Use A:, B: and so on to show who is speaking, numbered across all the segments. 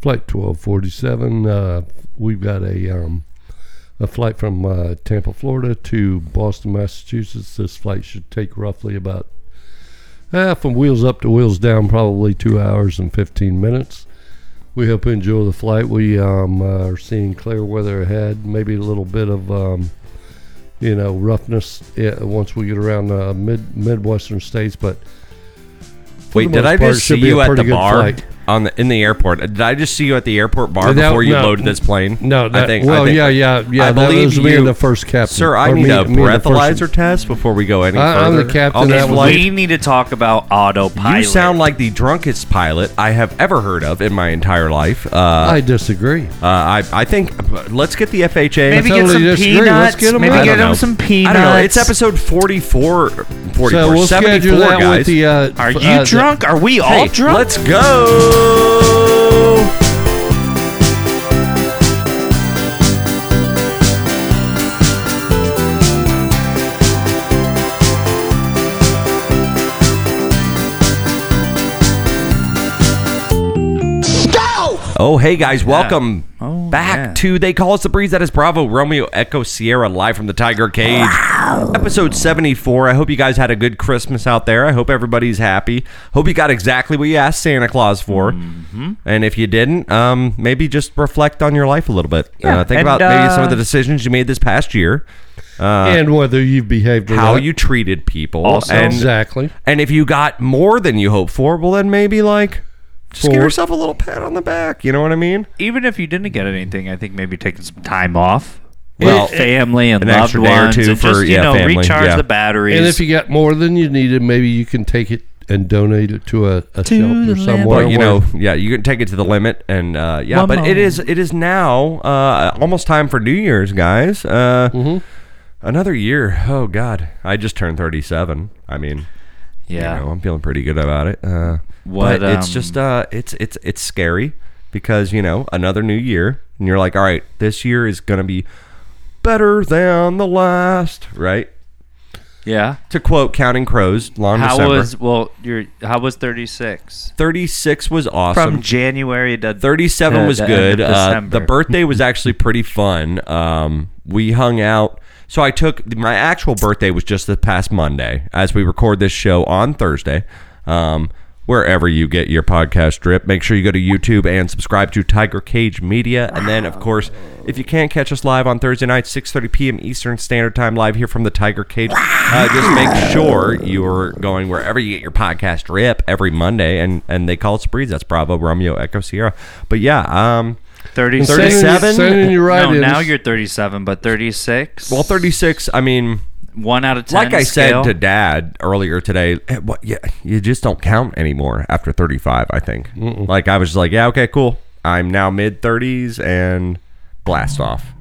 A: Flight 1247. Uh, we've got a um, a flight from uh, Tampa, Florida to Boston, Massachusetts. This flight should take roughly about uh, from wheels up to wheels down, probably two hours and 15 minutes. We hope you enjoy the flight. We um, uh, are seeing clear weather ahead, maybe a little bit of um, you know roughness uh, once we get around the mid midwestern states, but for
B: Wait,
A: the
B: did
A: most
B: I
A: part, it
B: just
A: should
B: see
A: be a
B: you at
A: pretty
B: the
A: good
B: bar
A: flight.
B: on the in the airport? Did I just see you at the airport bar
A: That-
B: before you
A: no.
B: loaded this plane?
A: No, that,
B: I think.
A: well,
B: I think-
A: yeah, yeah, yeah.
B: I
A: that
B: believe
A: was me and
B: you-
A: the first captain.
B: Sir, I
A: or
B: need
A: me-
B: a
A: me and the first-
B: breathalyzer test before we go any
A: I- I'm
B: further.
A: the captain,
B: On this
A: that was
B: flight.
C: We need to talk about autopilot.
B: You sound like the drunkest pilot I have ever heard of in my entire life. Uh,
A: I disagree.
B: uh, I, I think let's get the FHA.
C: Maybe
A: I
C: get some
A: totally disagree. Let's
C: peanuts.
A: get 'em
C: Maybe
A: out.
B: I
C: get
B: don't
C: him
B: know.
C: some peanuts.
B: I don't know. It's episode 44, 44
A: So we'll
B: 74,
A: schedule that
B: guys.
A: with the. Uh,
C: Are
A: f-
C: you
A: uh, the-
C: drunk? Are we all
B: hey,
C: drunk?
B: let's go. Oh, hey guys, welcome
C: Oh,
B: back
C: yeah.
B: to They Call Us the Breeze. That is Bravo Romeo Echo Sierra live from the Tiger Cage, episode 74. I hope you guys had a good Christmas out there. I hope everybody's happy. Hope you got exactly what you asked Santa Claus for.
C: Mm-hmm.
B: And if you didn't, um, maybe just reflect on your life a little bit.
C: Yeah,
B: Uh, think
C: and,
B: about maybe some of
C: uh,
B: the decisions you made this past year,
A: and whether you've behaved or
B: uh, how
A: not.
B: you treated people,
C: Also-
B: and
A: exactly.
B: and if you got more than you hoped for, well, then maybe like just give
A: For-
B: yourself a little pat on the back. You know what I mean?
C: Even if you didn't get anything, I think maybe taking some time off.
B: Well,
C: with family and
B: an
C: loved
B: extra day or
C: ones,
B: two
C: and
B: for-
C: just you
B: yeah,
C: know,
B: family,
C: recharge
B: yeah.
C: the batteries.
A: And if you got more than you needed, maybe you can take it and donate it to a, a shelter somewhere.
B: But you
A: where-
B: know, yeah, you can take it to the limit, and uh, yeah,
C: One
B: but it
C: moment.
B: is it is now uh, almost time for New Year's, guys. Uh,
C: Mm-hmm.
B: Another year. Oh God, I just turned thirty-seven. I mean,
C: yeah,
B: you know, I'm feeling pretty good about it. Uh,
C: What,
B: but it's
C: um,
B: just uh, it's it's it's scary because you know another new year, and you're like, all right, this year is gonna be better than the last, right?
C: yeah.
B: To quote Counting Crows, long
C: How
B: December.
C: was well? Your how was thirty six
B: Thirty-six was awesome.
C: from January to
B: 37
C: the-
B: was
C: the end
B: good.
C: of
B: Uh,
C: December.
B: the birthday was actually pretty fun. Um, we hung out. So I took my actual birthday was just the past Monday as we record this show on Thursday. Um, wherever you get your podcast drip, make sure you go to YouTube and subscribe to Tiger Cage Media. And then, of course, if you can't catch us live on Thursday night, 6.30 p.m. Eastern Standard Time, live here from the Tiger Cage, uh, just make sure you're going wherever you get your podcast drip every Monday. And, and they call it Spreeds. That's Bravo, Romeo, Echo, Sierra. But yeah, um,
C: thirty
A: send in-
C: six.
B: 37?
A: Send in your
C: No,
A: write-ins.
C: now you're thirty seven, but thirty six.
B: well, 36, I mean...
C: one out of ten.
B: like I
C: scale.
B: said to Dad earlier today, eh, what, yeah, you just don't count anymore after 35. I think. Like I was just like, yeah, okay, cool. I'm now mid 30s and blast off,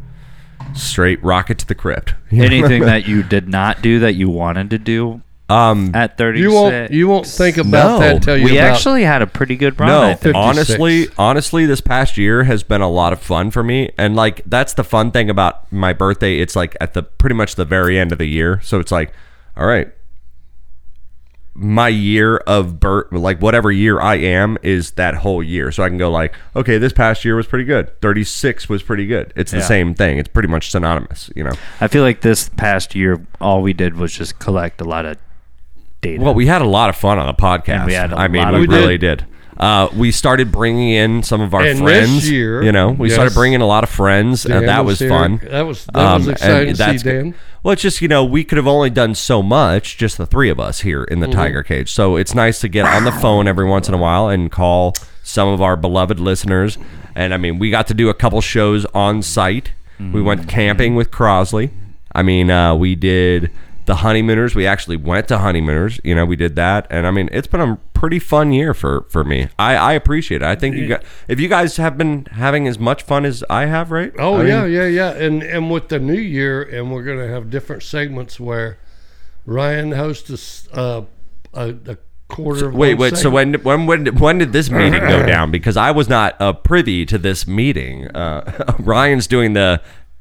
B: straight rocket to the crypt.
C: anything that you did not do that you wanted to do
B: Um,
C: at 36.
A: you won't you won't think about
B: No.
A: that until you
C: we
A: about,
C: actually had a pretty good run. I
B: no,
C: think.
B: honestly, honestly, this past year has been a lot of fun for me, and like that's the fun thing about my birthday. It's like at the pretty much the very end of the year, so it's like, all right, my year of birth, like whatever year I am, is that whole year. So I can go like, okay, this past year was pretty good. Thirty six was pretty good. It's the
C: Yeah.
B: same thing. It's pretty much synonymous, you know.
C: I feel like this past year, all we did was just collect a lot of data.
B: Well, we had a lot of fun on the podcast.
C: And we had a
B: I mean,
C: lot
B: we
C: of fun.
B: really did. Uh, we started bringing in some of our
A: And this
B: friends.
A: year-
B: you know, we started
A: Yes.
B: bringing a lot of friends,
A: Dan
B: and that was
A: here.
B: fun.
A: That was that
B: Um,
A: was
B: and
A: exciting to
B: that's
A: see,
B: good.
A: Dan.
B: Well, it's just you know we could have only done so much, just the three of us here in the
A: Mm-hmm.
B: Tiger Cage. So it's nice to get on the phone every once in a while and call some of our beloved listeners. And I mean, we got to do a couple shows on site. We
A: Mm-hmm.
B: went camping with Crosley. I mean, uh, we did the honeymooners. We actually went to honeymooners. You know, we did that, and I mean, it's been a pretty fun year for for me. I, I appreciate it. I think you got if you guys have been having as much fun as I have, right?
A: Oh
B: I mean,
A: yeah, yeah, yeah. And and with the new year, and we're gonna have different segments where Ryan hosts a s- uh, a, a quarter. Of
B: Wait,
A: one
B: wait. So
A: segment.
B: when when when when did this meeting go down? Because I was not uh, privy to this meeting. Uh, Ryan's doing the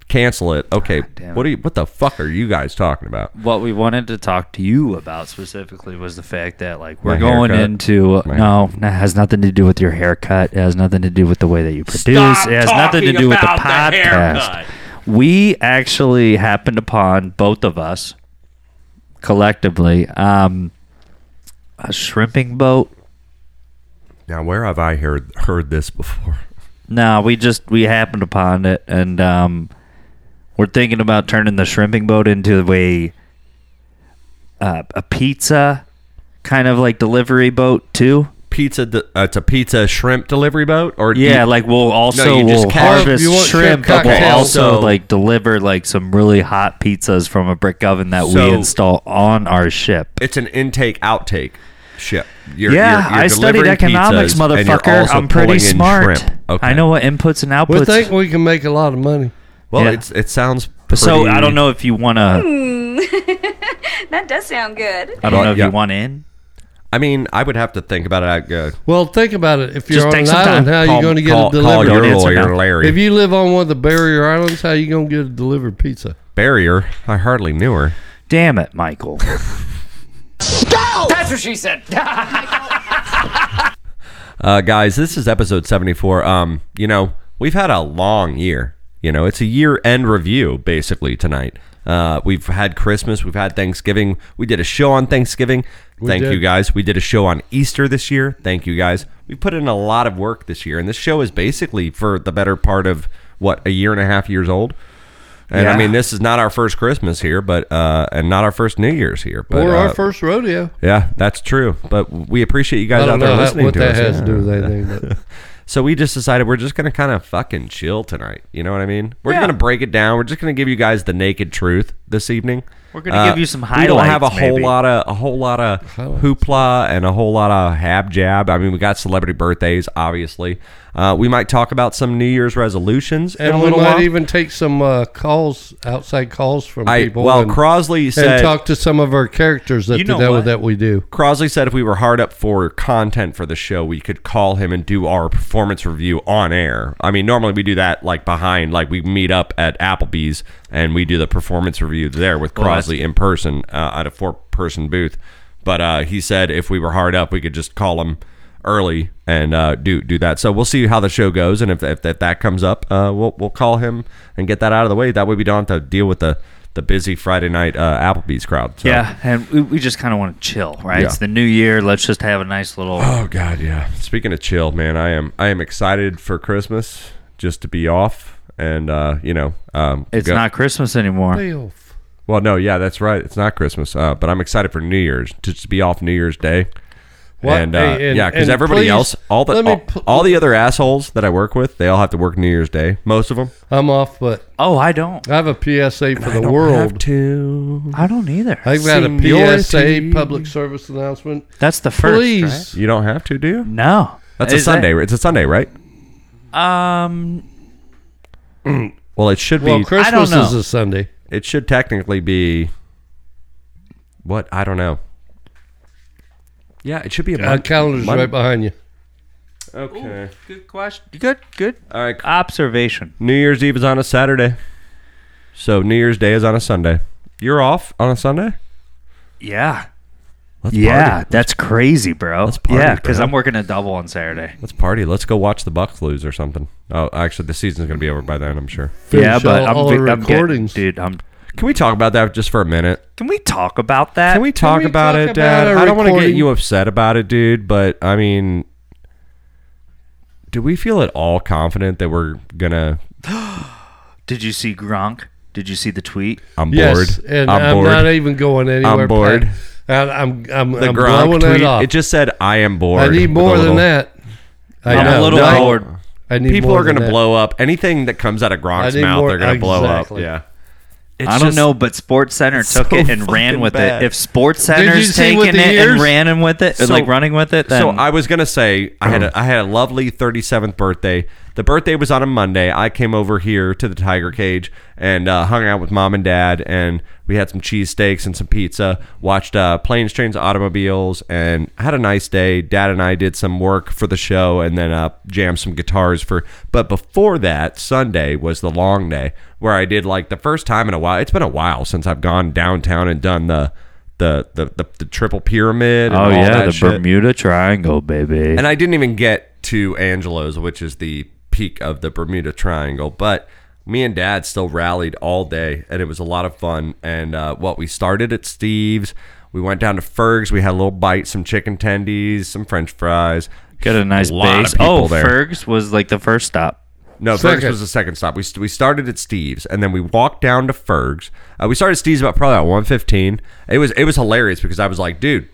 B: cancel it. Okay,
C: damn
B: what are you? What the fuck are you guys talking about?
C: What we wanted to talk to you about specifically was the fact that like we're
B: My
C: going
B: haircut.
C: into
B: My-
C: no, that has nothing to do with your haircut. It has nothing to do with the way that you produce.
B: Stop
C: it has nothing to
B: talking
C: do with the
B: about the
C: podcast.
B: haircut.
C: we actually happened upon both of us collectively um, a shrimping boat.
B: Now, where have I heard heard this before?
C: No, we just we happened upon it, and um, we're thinking about turning the shrimping boat into a uh, a pizza kind of like delivery boat too.
B: Pizza, de- uh, it's a pizza shrimp delivery boat, or do
C: Yeah,
B: you-
C: like we'll also
B: you just
C: we'll
B: ca-
C: harvest
A: you want shrimp
C: shrimp, but we'll
A: cocktails.
C: also
B: So-
C: like deliver like some really hot pizzas from a brick oven that
B: So-
C: we install on our ship.
B: it's an intake outtake ship. You're,
C: yeah,
B: you're- you're
C: I studied
B: delivering
C: economics,
B: pizzas, and you're
C: motherfucker.
B: also
C: I'm pretty
B: pulling in
C: smart.
B: shrimp. Okay.
C: I know what inputs and outputs.
A: We think we can make a lot of money.
B: Well,
C: Yeah.
B: it's it sounds pretty,
C: so I don't know if you want to.
D: That does sound good.
C: I don't know if
B: Yeah.
C: you want in.
B: I mean, I would have to think about it. I, uh,
A: Well, think about it. If you're
C: Just
A: on
C: take
A: an
C: some
A: island,
C: time.
A: how are
B: call-
A: you going to get
B: call,
A: it delivered?
B: Call
C: Don't
B: your
C: answer
B: lawyer,
C: now.
B: Larry.
A: If you live on one of the barrier islands, how you going to get a delivered pizza?
B: Barrier. I hardly knew her.
C: Damn it, Michael.
B: Uh, guys, this is episode 74. Um, you know, we've had a long year. You know, it's a year end review basically tonight. Uh, we've had Christmas, we've had Thanksgiving. We did a show on Thanksgiving. Thank
A: did.
B: you guys. We did a show on Easter this year. Thank you guys. We put in a lot of work this year, and this show is basically for the better part of what a year and a half years old. And I
C: Yeah.
B: mean, this is not our first Christmas here, but uh, and not our first New Year's here, but
A: or
B: uh,
A: our first rodeo.
B: yeah, that's true. But we appreciate you guys
A: I don't
B: out there
A: know how,
B: listening
A: what
B: to
A: that
B: us.
A: has
B: Yeah.
A: to do with anything. But
B: So we just decided we're just gonna kind of fucking chill tonight. You know what I mean? We're
C: Yeah.
B: gonna break it down. We're just gonna give you guys the naked truth this evening. Uh,
C: We're gonna give you some
B: We don't have a
C: highlights,
B: whole
C: maybe.
B: lot of a whole lot of hoopla and a whole lot of hab jab. I mean, we got celebrity birthdays, obviously. Uh, we might talk about some New Year's resolutions in
A: and
B: a
A: we might
B: little while.
A: even take some uh, calls, outside calls from
B: I,
A: people.
B: well,
A: and,
B: Crosley
A: and
B: said
A: talk to some of our characters that you
C: You
A: know
C: know what?
A: that we do.
B: Crosley said if we were hard up for content for the show, we could call him and do our performance review on air. I mean, normally we do that like behind, like we meet up at Applebee's and we do the performance review there with
C: that's-
B: Crosley in person uh, at a four person booth. But uh, he said if we were hard up, we could just call him early and uh, do do that. So we'll see how the show goes, and if if, if that comes up, uh, we'll we'll call him and get that out of the way. That way we don't have to deal with the the busy Friday night uh, Applebee's crowd. So.
C: Yeah, and we, we just kind of want to chill, right?
B: Yeah.
C: It's the new year. Let's just have a nice little.
B: Oh God, yeah. Speaking of chill, man, I am I am excited for Christmas just to be off and uh, you know, um,
C: It's
B: go-
C: not Christmas anymore.
B: Well, no, yeah, that's right. It's not Christmas, uh, but I'm excited for New Year's to just be off New Year's Day.
A: What?
B: And, uh,
A: Hey, and-
B: yeah, because
A: and
B: everybody
A: please,
B: else, all the
A: let me
B: all,
A: pl-
B: all the other assholes that I work with, they all have to work New Year's Day. Most of them.
A: I'm off, but
C: Oh, I don't.
A: I have a PSA for the world.
B: to.
C: I don't either.
A: I've got a
B: Seniority.
A: PSA public service announcement.
C: That's the first.
A: Please,
B: You don't have to, do you?
C: right? No.
B: That's a
C: Is that-
B: Sunday. It's a Sunday, right?
C: um.
B: Well, it should
A: well,
B: be.
A: Christmas
C: know.
A: is a Sunday.
B: It should technically be what I don't know. Yeah, it should be a
A: My
B: Mon-
A: calendar's
B: Mon-
A: right behind you.
B: Okay.
C: Good question. Good. Good
B: All right.
C: observation.
B: New Year's Eve is on a Saturday, so New Year's Day is on a Sunday. You're off on a Sunday.
C: Yeah.
B: Let's
C: yeah,
B: Party.
C: that's crazy, bro.
B: Let's party,
C: yeah, because
B: bro.
C: I'm working a double on Saturday.
B: Let's party. Let's go watch the Bucks lose or something. Oh, actually, the season's gonna be over by then. I'm sure.
A: Finish
C: yeah, but
A: all-
C: I'm,
A: all
C: vi-
A: our
C: I'm getting-
A: recordings.
C: dude. I'm.
B: Can we talk about that just for a minute?
C: Can we talk about that?
B: Can we talk
A: Uh, we
B: about
A: talk
B: it,
A: about
B: Dad?
A: our
B: I don't want to get
A: recording?
B: you upset about it, dude. But I mean, do we feel at all confident that we're gonna?
C: Did you see Gronk? Did you see the tweet?
B: I'm
A: Yes,
B: bored.
A: and
B: I'm,
A: I'm,
B: bored.
A: not even going anywhere.
B: bored.
A: Pat. And I'm I'm,
B: the
A: I'm blowing
B: Gronk tweet.
A: it off.
B: It just said, "I am bored."
A: I need
B: with
A: more
B: a
A: than
B: little-
A: that. I
C: I'm
A: know.
C: a little
A: No,
C: bored.
A: I need
B: People
A: more
B: are going
A: than
B: to
A: that.
B: blow up anything that comes out of Gronk's
A: need
B: mouth.
A: more-
B: they're going to blow
A: exactly.
B: up. Yeah, It's
C: I don't
B: just-
C: know, but Sports Center took
B: so
C: it and ran
B: fucking
C: with
B: bad.
C: it. If Sports
A: Did you
C: Center's
A: see
C: taking
A: with
C: it
A: the
C: and
A: ears?
C: ran in with it,
B: So-
C: like running with it, then Uh-huh.
B: So I was gonna say I had a, I had a lovely 37th birthday. The birthday was on a Monday. I came over here to the Tiger Cage and uh, hung out with mom and dad, and We had some cheesesteaks and some pizza. Watched uh, planes, trains, automobiles, and had a nice day. Dad and I did some work for the show, and then uh, jammed some guitars for. But before that, Sunday was the long day where I did like the first time in a while. It's been a while since I've gone downtown and done the the the the, the triple pyramid. And
C: Oh
B: all
C: yeah,
B: that
C: the
B: shit.
C: Bermuda Triangle, baby.
B: And I didn't even get to Angelo's, which is the peak of the Bermuda Triangle. But me and Dad still rallied all day, and it was a lot of fun. And uh, what we started at Steve's, we went down to Ferg's. We had a little bite, some chicken tendies, some French fries.
C: Got a nice
B: lot of
C: base.
B: people
C: oh,
B: there.
C: Ferg's was like the first stop.
B: No,
A: Second.
B: Ferg's was the second stop. We, st- we started at Steve's, and then we walked down to Ferg's. Uh, we started at Steve's about probably at one fifteen. It was it was hilarious because I was like, dude.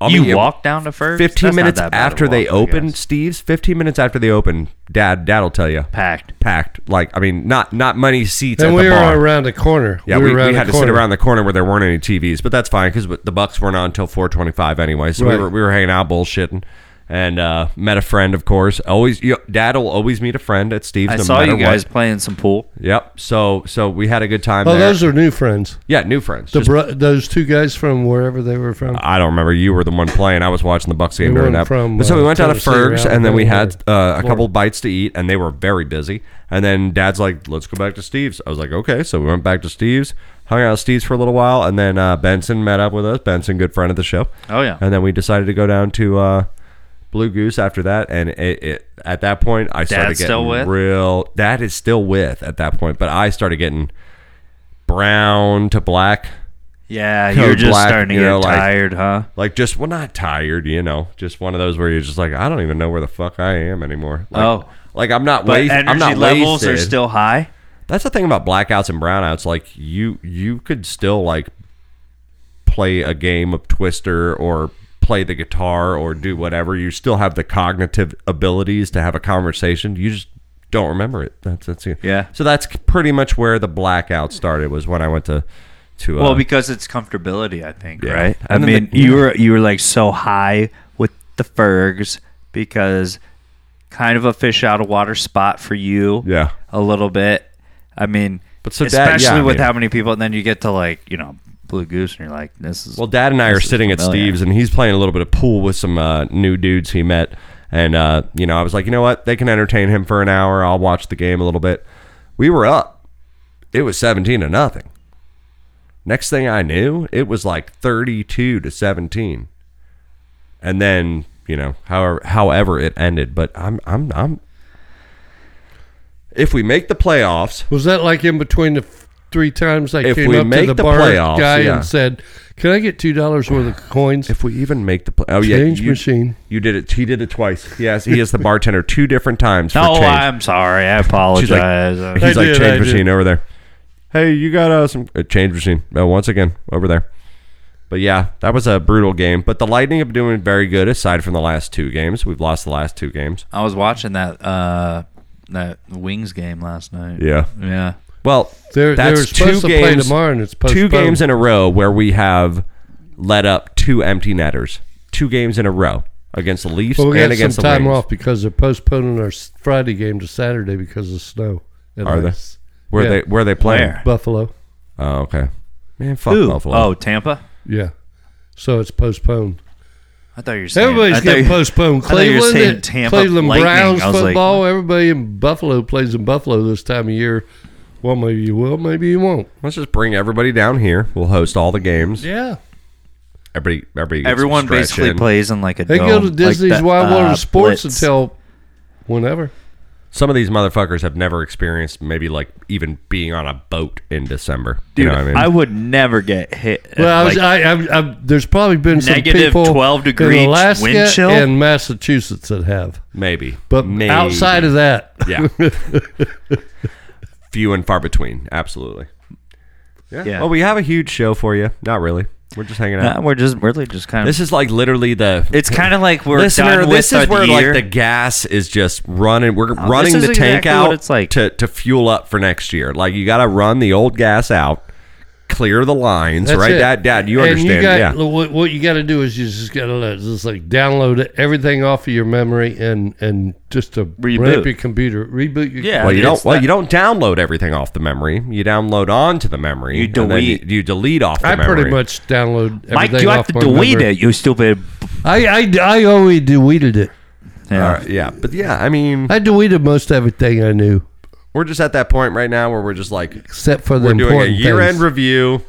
B: I'll be-
C: you walked down to
B: 15
C: Ferg's. That's not
B: minutes
C: that bad a
B: after they
C: walk, I
B: opened
C: guess.
B: steve's 15 minutes after they opened dad dad'll tell you
C: packed.
B: packed like i mean not not money seats
A: And
B: at
A: we
B: the
A: were
B: bar
A: around the corner.
B: yeah we,
A: were
B: we,
A: around
B: had
A: the
B: to sit
A: corner.
B: around the corner where there weren't any tvs but that's fine because the bucks weren't on until 425 anyway so we,
A: Right.
B: were, we were hanging out bullshitting and uh, met a friend of course always you, dad will always meet a friend at steve's
C: I
B: no
C: saw
B: matter
C: you guys
B: what.
C: playing some pool.
B: yep so so we had a good time
A: Oh,
B: there.
A: those are new friends.
B: yeah new friends
A: The
B: Just-
A: bro- those two guys from wherever they were from.
B: I don't remember. You were the one playing. I was watching the Bucks game
A: We
B: during
A: went
B: that.
A: from,
B: But so we
A: uh,
B: went down to
A: Tennessee
B: Ferg's,
A: around
B: and then we
A: there.
B: had uh, a couple bites to eat, and they were very busy. And then Dad's like, "Let's go back to Steve's." I was like, "Okay." So we went back to Steve's, hung out at Steve's for a little while, and then uh, Benson met up with us. Benson, good friend of the show.
C: Oh, yeah.
B: And then we decided to go down to uh, Blue Goose after that, and it, it at that point I started
C: Dad's
B: getting
C: still with?
B: real. Dad is still with at that point, but I started getting brown to black.
C: Yeah,
B: Code
C: you're just
B: Black,
C: starting to
B: you
C: get
B: know, like-
C: tired, huh?
B: like just well not tired you know just one of those where you're just like i don't even know where the fuck i am anymore like,
C: Oh.
B: like i'm not
C: But
B: wasted
C: energy
B: i'm not
C: levels are
B: wasted.
C: still high.
B: that's the thing about blackouts and brownouts like you you could still like play a game of twister or play the guitar or do whatever you still have the cognitive abilities to have a conversation you just don't remember it that's that's it
C: Yeah.
B: so that's pretty much where the blackout started was when i went to to uh,
C: Well, because it's comfortability, I think,
B: Yeah.
C: right? I
B: And then
C: mean,
B: the-
C: you were you were like so high with the Fergs because kind of a fish out of water spot for you,
B: yeah
C: a little bit. I mean,
B: But so that- yeah,
C: especially
B: I
C: with
B: mean-
C: how many people, and then you get to like you know Blue Goose, and you're like, this is
B: Well, Dad and I
C: this
B: are
C: is
B: sitting at
C: familiar.
B: Steve's, and he's playing a little bit of pool with some uh, new dudes he met. And uh, you know, I was like, you know what? They can entertain him for an hour. I'll watch the game a little bit. We were up. It was seventeen to nothing. Next thing I knew, it was like thirty-two to seventeen. And then you know, however, however it ended. But I'm, I'm, I'm. If we make the playoffs,
A: Was that like in between the f- three times I
B: If
A: came
B: we
A: up
B: make
A: to the,
B: the
A: bar
B: playoffs,
A: guy
B: yeah.
A: and said, "Can I get two dollars worth of coins?"
B: If we even make the play, oh yeah,
A: Change
B: you-
A: machine.
B: You did it. He did it twice. Yes, he is the bartender two different times. For
C: No,
B: change.
C: I'm sorry. I
B: She's like-
C: apologize. Uh,
B: he's
A: I
B: like
A: did, I
B: change
A: did.
B: machine over there. Hey, you got uh, some uh, change machine uh, once again over there. But yeah, that was a brutal game. But the Lightning have been doing very good aside from the last two games. We've lost the last two games.
C: I was watching that uh, that Wings game last night.
B: Yeah.
C: yeah.
B: Well,
A: They're, they're
B: that's
A: supposed
B: two
A: to play
B: games-
A: tomorrow, and it's
B: two
A: postponed.
B: games in a row where we have let up two empty netters. Two games in a row against the Leafs
A: Well, we
B: and
A: got some
B: against the
A: time
B: Wings.
A: off because they're postponing our s- Friday game to Saturday because of snow. and
B: Are they?
A: ice.
B: Where
A: Yeah.
B: they where they playing?
C: Where?
A: Buffalo?
B: Oh, okay. Man, fuck
C: Who?
B: Buffalo.
C: Oh, Tampa.
A: Yeah. So it's postponed.
C: I thought you were saying
A: Everybody's
C: I thought
A: getting
C: you-
A: postponed.
C: I thought you were
A: Cleveland,
C: saying Tampa
A: Cleveland
C: Lightning.
A: Browns
C: I was like,
A: football. everybody in Buffalo plays in Buffalo this time of year. Well, maybe you will, maybe you won't.
B: Let's just bring everybody down here. We'll host all the games.
A: Yeah.
B: Everybody, everybody gets
C: Everyone
B: some
C: basically
B: stretching.
C: plays in like a.
A: They go
C: dome,
A: to
C: like
A: Disney's
C: that,
A: Wild
C: uh,
A: Water Sports
C: Blitz.
A: until whenever.
B: Some of these motherfuckers have never experienced maybe like even being on a boat in December.
C: Dude,
B: you know what I mean?
C: would never get hit. at,
A: Well, I was,
C: like,
A: I, I'm, I'm, there's probably been some
C: Negative
A: people
C: 12 degree
A: in Alaska
C: wind chill?
A: and Massachusetts that have,
B: maybe,
A: but
B: maybe.
A: outside of that,
B: yeah, few and far between. Absolutely. Yeah.
C: Yeah.
B: Well, we have a huge show for you. Not really. We're just hanging out.
C: nah, we're just really just kind of.
B: This is like literally the.
C: it's kind of like we're
B: Listener,
C: done
B: this
C: with
B: is
C: the
B: where
C: year.
B: like the gas is just running. We're running
C: Oh, is
B: the tank
C: exactly
B: out
C: what it's like.
B: to to fuel up for next year. Like you got to run the old gas out clear the lines,
A: That's
B: right?
A: it.
B: Dad, Dad, you
A: And
B: understand?
A: got,
B: yeah.
A: What, what you got to do is you just got to just like download everything off of your memory and and just to
C: Reboot.
A: ramp your computer, reboot your.
C: Yeah.
B: Well, you
C: it's
B: don't. Well,
C: that-
B: you don't download everything off the memory. You download onto the memory.
C: You
B: and then
C: delete.
B: you, you delete off the
A: I
B: memory.
A: pretty much download everything
C: Mike, you have
A: off
C: to
A: my
C: delete
A: memory.
C: it, you stupid.
A: I, I, I already deleted it.
C: Yeah.
B: All right, yeah, but yeah, I mean,
A: I deleted most everything I knew,
B: we're just at that point right now where we're just like
A: except for the
B: we're doing a
A: important
B: year-end
A: things.
B: review.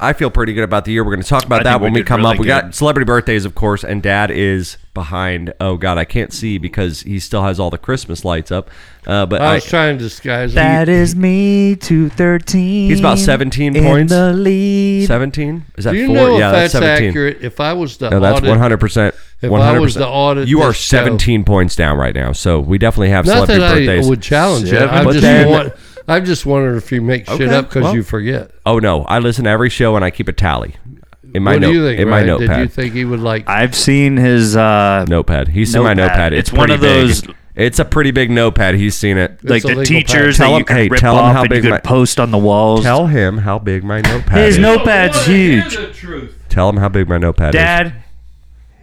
B: I feel pretty good about the year. We're going to talk about
C: I
B: that
C: think we
B: when we
C: did
B: come
C: really
B: up. We
C: good.
B: got celebrity birthdays, of course, and Dad is behind. Oh God, I can't see because he still has all the Christmas lights up. Uh, but
A: I
B: I,
A: was trying to disguise
C: That
A: it.
C: is me to 13.
B: He's about 17
C: in
B: points.
C: the lead.
B: seventeen is that
A: Do you
B: four?
A: know
B: yeah,
A: if that's,
B: seventeen.
A: accurate? If I was the
B: No, that's
A: audit-
B: one hundred percent.
A: If
B: One
A: I
B: hundred
A: was the audit,
B: percent. You are
A: this show-
B: seventeen points down right now, so we definitely have
A: Not
B: celebrity
A: that I
B: birthdays.
A: would challenge it. I'm
B: But
A: just,
B: then-
A: want, I'm just wondering if you make shit
B: Okay,
A: up because
B: well.
A: you forget.
B: Oh no, I listen to every show and I keep a tally in my
A: what
B: note
A: do you think?
B: in my
A: Ryan?
B: notepad.
A: Did you think he would like?
C: I've seen his uh,
B: notepad. He's seen my notepad.
C: Notepad.
B: It's,
C: It's one
B: pretty
C: of those-
B: big. It's a pretty big notepad. He's seen it.
C: like
A: a legal
C: the teachers
B: pad.
C: that
B: Tell
C: you
B: him-
C: could
B: hey,
C: rip
B: tell him
C: off
B: how
C: and you
B: big
C: could
B: my-
C: post on the walls.
B: Tell him how big my notepad
C: his
B: is.
C: notepad's huge.
B: Tell him how big my notepad is.
C: Dad,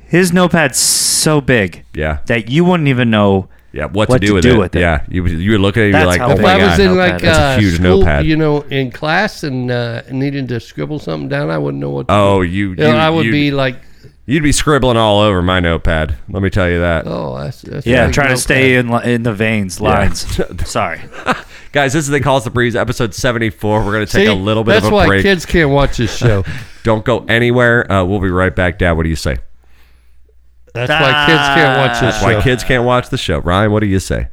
C: his notepad's so big
B: Yeah.
C: that you wouldn't even know.
B: Yeah. What, to
C: What
B: do,
C: to
B: with,
C: do
B: it.
C: with it.
B: Yeah. You you look at it. You're
C: That's
B: like,
C: how
B: oh
A: if
C: big
B: my
A: I
B: god.
A: was in
C: notepad.
A: like
C: That's
B: a
A: uh,
B: huge
A: school,
B: notepad.
A: you know, in class and uh, needing to scribble something down, I wouldn't know what. To
B: oh, you.
A: do. You know,
B: you-
A: I would
B: you'd-
A: be like,
B: You'd be scribbling all over my notepad. Let me tell you that.
A: oh, that's, that's
C: Yeah,
A: like
C: trying
A: notepad.
C: to stay in li- in the veins lines. Sorry,
B: Guys, this is the Calls the Breeze, episode 74. We're going to
A: See,
B: take a little bit
A: that's
B: of a
A: why
B: break.
A: kids can't watch this show.
B: Don't go anywhere. Uh, we'll be right back. Dad, what do you say?
A: That's why kids can't watch this
B: That's why
A: show.
B: kids can't watch the show. Ryan, what do you say?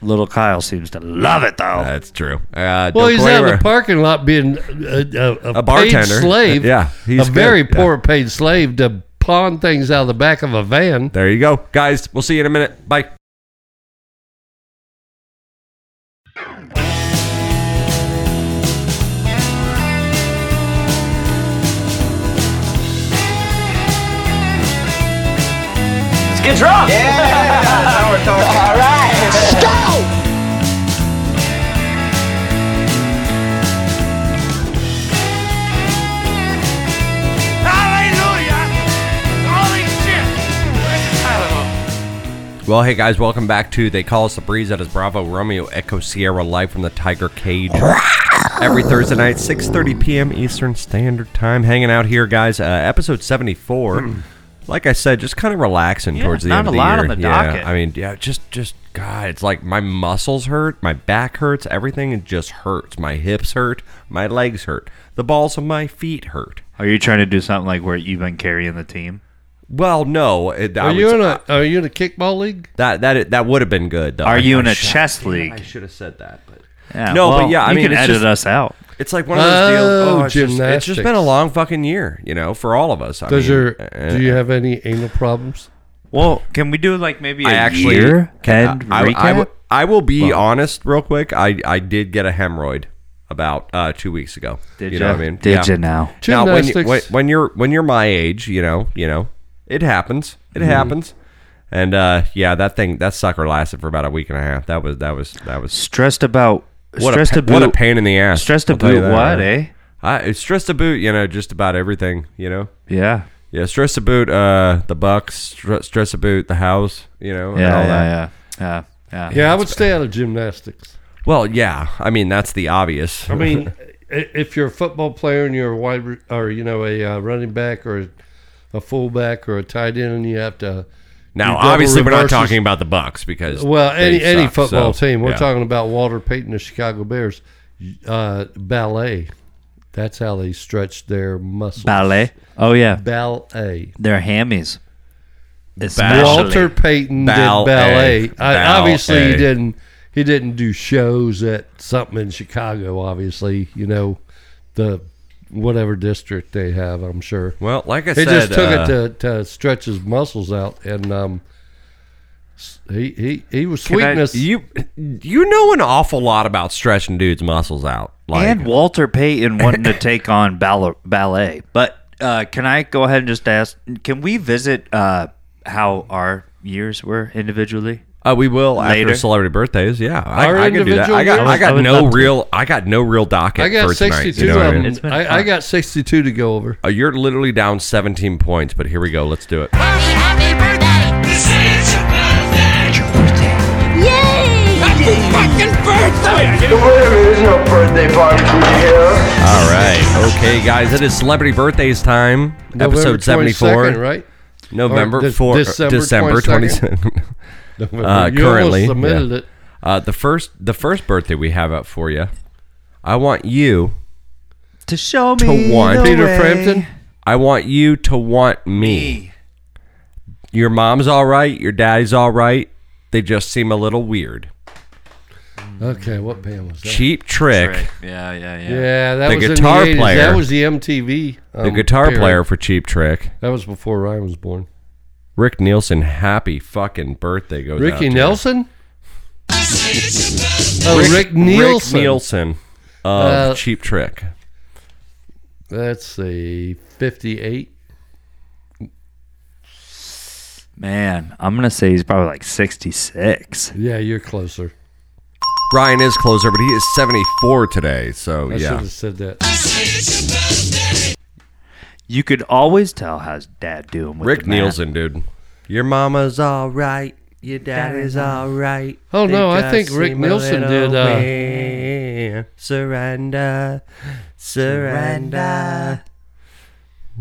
C: little Kyle seems to love it though.
B: That's true. Uh,
A: Well,
B: don't
A: he's
B: go
A: out in
B: anywhere.
A: the parking lot being a, a, a,
B: A bartender.
A: paid slave.
B: Yeah, he's
A: a
B: good.
A: very
B: Yeah.
A: poor paid slave to pawn things out of the back of a van.
B: There you go. Guys, we'll see you in a minute. Bye. Well, hey guys, welcome back to They Call Us the Breeze. That is Bravo Romeo Echo Sierra live from the Tiger Cage. Every Thursday night, 6.30 p.m. Eastern Standard Time. Hanging out here, guys. Uh, episode 74. like I said, just kind of relaxing
C: Hmm. Yeah,
B: towards the
C: not
B: end
C: a
B: of the
C: lot
B: year.
C: on the
B: yeah,
C: docket.
B: I mean, yeah, just, just, God, it's like my muscles hurt, my back hurts, everything it just hurts. My hips hurt, my legs hurt, the balls of my feet hurt.
C: Are you trying to do something like where you've been carrying the team?
B: Well, no, it,
A: Are
B: I would
A: you
B: s-
A: in a Are you in a kickball league?
B: that that that would have been good. Though.
C: Are
B: I-
C: you
B: I
C: in a
B: should-
C: chess
B: Damn, I
C: league?
B: should have said that, but
C: Yeah,
B: No, but
C: well,
B: yeah, I
C: you
B: mean,
C: can
B: it's
C: edit
B: just-
C: us out.
B: It's like one of those deals.
A: Oh,
B: Oh, it's just, it's just been a
A: gymnastics.
B: long fucking year, you know, for all of us. I
A: Does
B: mean,
A: your
B: uh,
A: Do you have any anal problems?
C: Well, can we do like maybe a
B: I actually
C: year
B: I-
C: end
B: uh, I,
C: recap?
B: I will- I will be honest, real quick. I, I did get a hemorrhoid about uh, two weeks ago.
C: Did
B: you
C: ya?
B: know what I mean?
C: Did
B: Yeah.
C: ya now?
B: Now, when, you,
A: Gymnastics.
B: when, when you're when you're my age, you know, you know, it happens. It
A: Mm-hmm.
B: happens. And uh, yeah, that thing, that sucker lasted for about a week and a half. That was that was that was
C: stressed about
B: what
C: stressed
B: a, pa-
C: about
B: what a pain in the ass.
C: stressed
B: I'll tell you that.
C: about what? Eh?
B: I, it's stressed about you know just about everything you know.
C: Yeah.
B: Yeah, stress about uh, the Bucks, str- stress about the house, you know. and
C: Yeah,
B: all that.
C: yeah, yeah, yeah,
A: Yeah, I would stay out of gymnastics.
B: Well, yeah. I mean, that's the obvious.
A: I mean, i- if you're a football player and you're a wide re- or you know a uh, running back or a, a fullback or a tight end, and you have to.
B: now,
A: double
B: obviously, we're not
A: reverses-
B: talking about the Bucks because
A: Well, any
B: they
A: any
B: suck,
A: football
B: so,
A: team. We're
B: yeah.
A: talking about Walter Payton of Chicago Bears uh, ballet. That's how they stretch their muscles.
C: Ballet. Oh yeah,
A: Ballet.
C: they're hammies. Especially.
A: Walter Payton
B: Ballet.
A: did ballet.
B: Ballet.
A: I, obviously, he didn't. He didn't do shows at something in Chicago. Obviously, you know, the whatever district they have. I'm sure
B: Well, like I
A: he
B: said,
A: just took
B: uh,
A: it to, to stretch his muscles out, and um, s- he he he was
B: can I-
A: sweetness.
B: you you know an awful lot about stretching dudes' muscles out. Like,
C: and Walter Payton wanting to take on ballet. ballet. But uh, can I go ahead and just ask? Can we visit uh, how our years were individually?
B: Uh, we will
C: Later.
B: after celebrity birthdays. Yeah,
A: Our
B: I, I can do that. I got,
A: individual
B: I
C: I
B: got
C: would
B: no
C: love to.
B: real, I got no real docket.
A: I got
B: for tonight,
A: 62
B: you know what I
A: of
B: mean?
A: them.
C: It's been
A: I, I got 62 to go over.
B: Uh, you're literally down 17 points, but here we go. Let's do it.
E: Hey, happy birthday! This is your birthday! It's your birthday. Yay! Happy fucking birthday!
F: There is no birthday party here.
B: All right, okay, guys, it is celebrity birthdays time.
A: November
B: episode 74,
A: 22nd, right? Or
B: November
A: de-
B: 4,
A: December
B: December
A: 22nd.
B: 27.
A: you
B: uh,
A: almost
B: currently,
A: submitted
B: yeah.
A: it.
B: Uh, the first, the first birthday we have up for you. I want you
C: To show me
B: to want
A: Peter Frampton.
B: I want you to want me. Your mom's all right. Your daddy's all right. They just seem a little weird.
A: Okay, what band was that?
B: Cheap trick.
C: Yeah, yeah, yeah.
A: Yeah, that
B: The
A: was in
B: guitar
A: the 80s.
B: player.
A: That was the MTV.
B: The guitar player Oh, for Cheap Trick.
A: um, That was before Ryan was born.
B: Rick Nielsen, happy fucking birthday goes out
A: Ricky
B: to-
A: Nelson? oh, Rick, Nielsen.
B: Rick Nielsen of
A: Uh,
B: Cheap Trick.
A: That's a 58.
C: Man, I'm gonna say he's probably like 66.
A: Yeah, you're closer.
B: Ryan is closer, but he is 74 today. So,
A: I should
B: yeah.
A: have said that.
C: You could always tell how's Dad doing with
B: Rick
C: the math.
B: Nielsen, dude. Your mama's all right. Your daddy's all right.
A: Oh, no, I
B: just
A: think Rick
B: seem a
A: Nielsen
B: little
A: did, uh,
B: weird. surrender, surrender.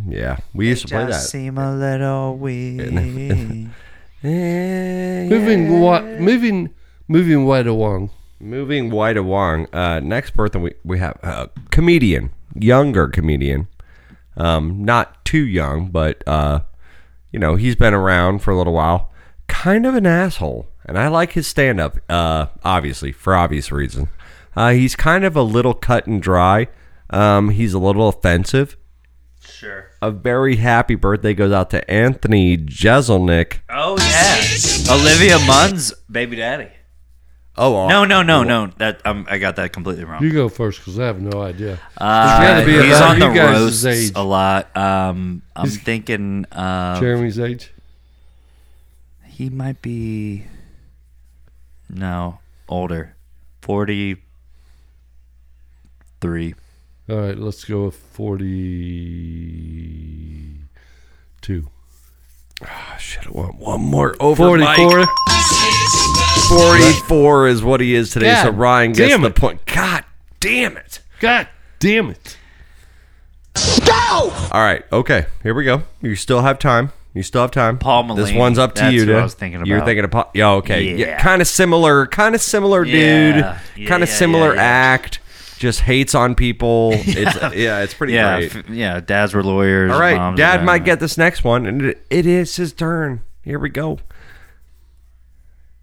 B: Yeah, we used to play that.
C: seem a little weak.
A: Moving wa- moving moving way to Wong.
B: Moving Wida Wong. Uh, next birthday we we have a comedian, younger comedian, um, not too young, but uh, you know he's been around for a little while. Kind of an asshole, and I like his stand up. Uh, obviously for obvious reason, uh, he's kind of a little cut and dry. Um, he's a little offensive. Sure. A very happy birthday goes out to Anthony Jeselnik.
C: Oh yeah, Olivia Munn's baby daddy.
B: Oh,
C: No, no, no, no. That um, I got that completely wrong.
A: You go first because I have no idea.
C: Uh,
A: gotta be
C: he's
A: about
C: on the
A: you guys'
C: roasts
A: age.
C: a lot. Um, I'm thinking uh,
A: Jeremy's age.
C: he might be no older, forty three.
A: All right, let's go with 42.
B: Should have won one more over
A: 44.
B: 44 is what he is today. so
A: God
B: Ryan gets
A: damn
B: the
A: it.
B: point. God damn it.
A: God damn it.
B: All right. Okay. Here we go. You still have time. You still have time.
C: Paul
B: This
C: Mullaney.
B: one's up to
C: That's
B: you.
C: who I
B: dude.
C: was thinking
B: You're
C: about.
B: thinking of Paul. Yeah. Okay. Yeah.
C: Yeah.
B: kind of similar. Kind of similar, dude.
C: Yeah. Yeah,
B: kind
C: yeah,
B: of similar
C: yeah.
B: act. Just hates on people. It's yeah. It's pretty
C: Yeah,
B: great.
C: f- yeah. Dads were lawyers.
B: All right.
C: moms
B: Dad
C: were-
B: might get this next one, and it, it is his turn. Here we go.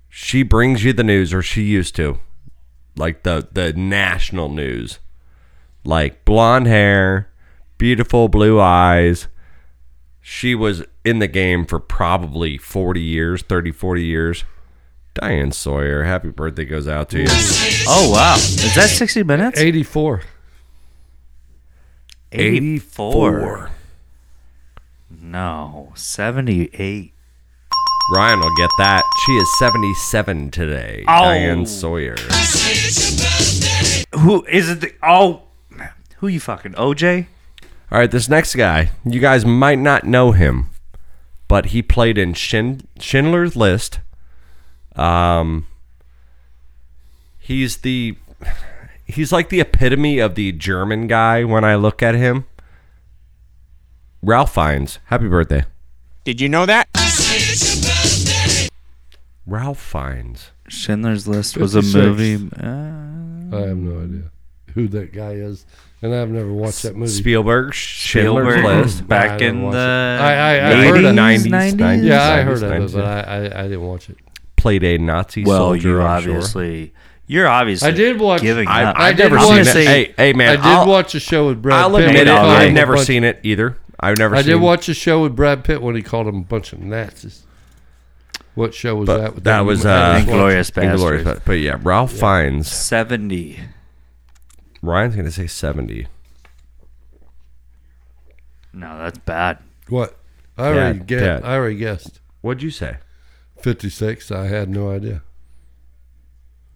B: She brings you the news, or she used to, like the the national news, like blonde hair, beautiful blue eyes. She was in the game for probably 40 years, 30, 40 years. Diane Sawyer, happy birthday goes out to you.
C: Oh wow, is that sixty minutes?
A: 84.
C: 84. No, 78.
B: Ryan will get that. She is 77 today. Diane Sawyer.
C: Who is it? The, oh, who you fucking OJ?
B: All right, this next guy, you guys might not know him, but he played in Schind- Schindler's List. Um, he's the he's like the epitome of the German guy when I look at him. Ralph Fiennes, happy birthday,
G: Did you know that?
B: Ralph Fiennes.
C: Schindler's List was a
A: 56.
C: movie. Uh,
A: I have no idea who that guy is, and I've never watched that movie.
B: Spielberg, Schindler's
C: Spielberg.
B: List.
A: I
C: back
A: didn't
C: in
A: watch
C: the
A: it. I- I- I heard
C: 80s,
A: of-
B: 90s,
C: 90s.
B: 90s.
A: yeah, I
B: 90s,
A: heard of it,
B: 90s,
A: but I, I, I didn't watch it.
B: Played a Nazi
C: Well,
B: soldier.
C: you
B: I'm sure.
C: obviously, you're obviously.
A: I did watch-
C: Giving
B: I,
C: up.
B: I,
A: I've
B: have never
A: did watch-
B: seen it. Hey, hey man,
A: I did
B: I'll-
A: watch uh, a show with Brad
B: I'll
A: Pitt.
B: admit it.
A: when he called
B: I've
A: him a
B: never
A: bunch-
B: seen it either. I've never.
A: I
B: seen
A: did watch a show with Brad Pitt when he called him a bunch of Nazis. What show was
B: But
A: that?
B: that
A: I
B: was,
A: just
B: uh,
A: watched-
C: Inglorious
B: Inglourious,
C: Bastards.
B: but, but yeah, Ralph Fiennes.
C: 70.
B: Ryan's gonna say seventy.
C: No, that's bad.
A: What? I already
B: Dad,
A: guessed.
B: Dad.
A: I already guessed.
B: What'd you say?
A: 56. I had no idea.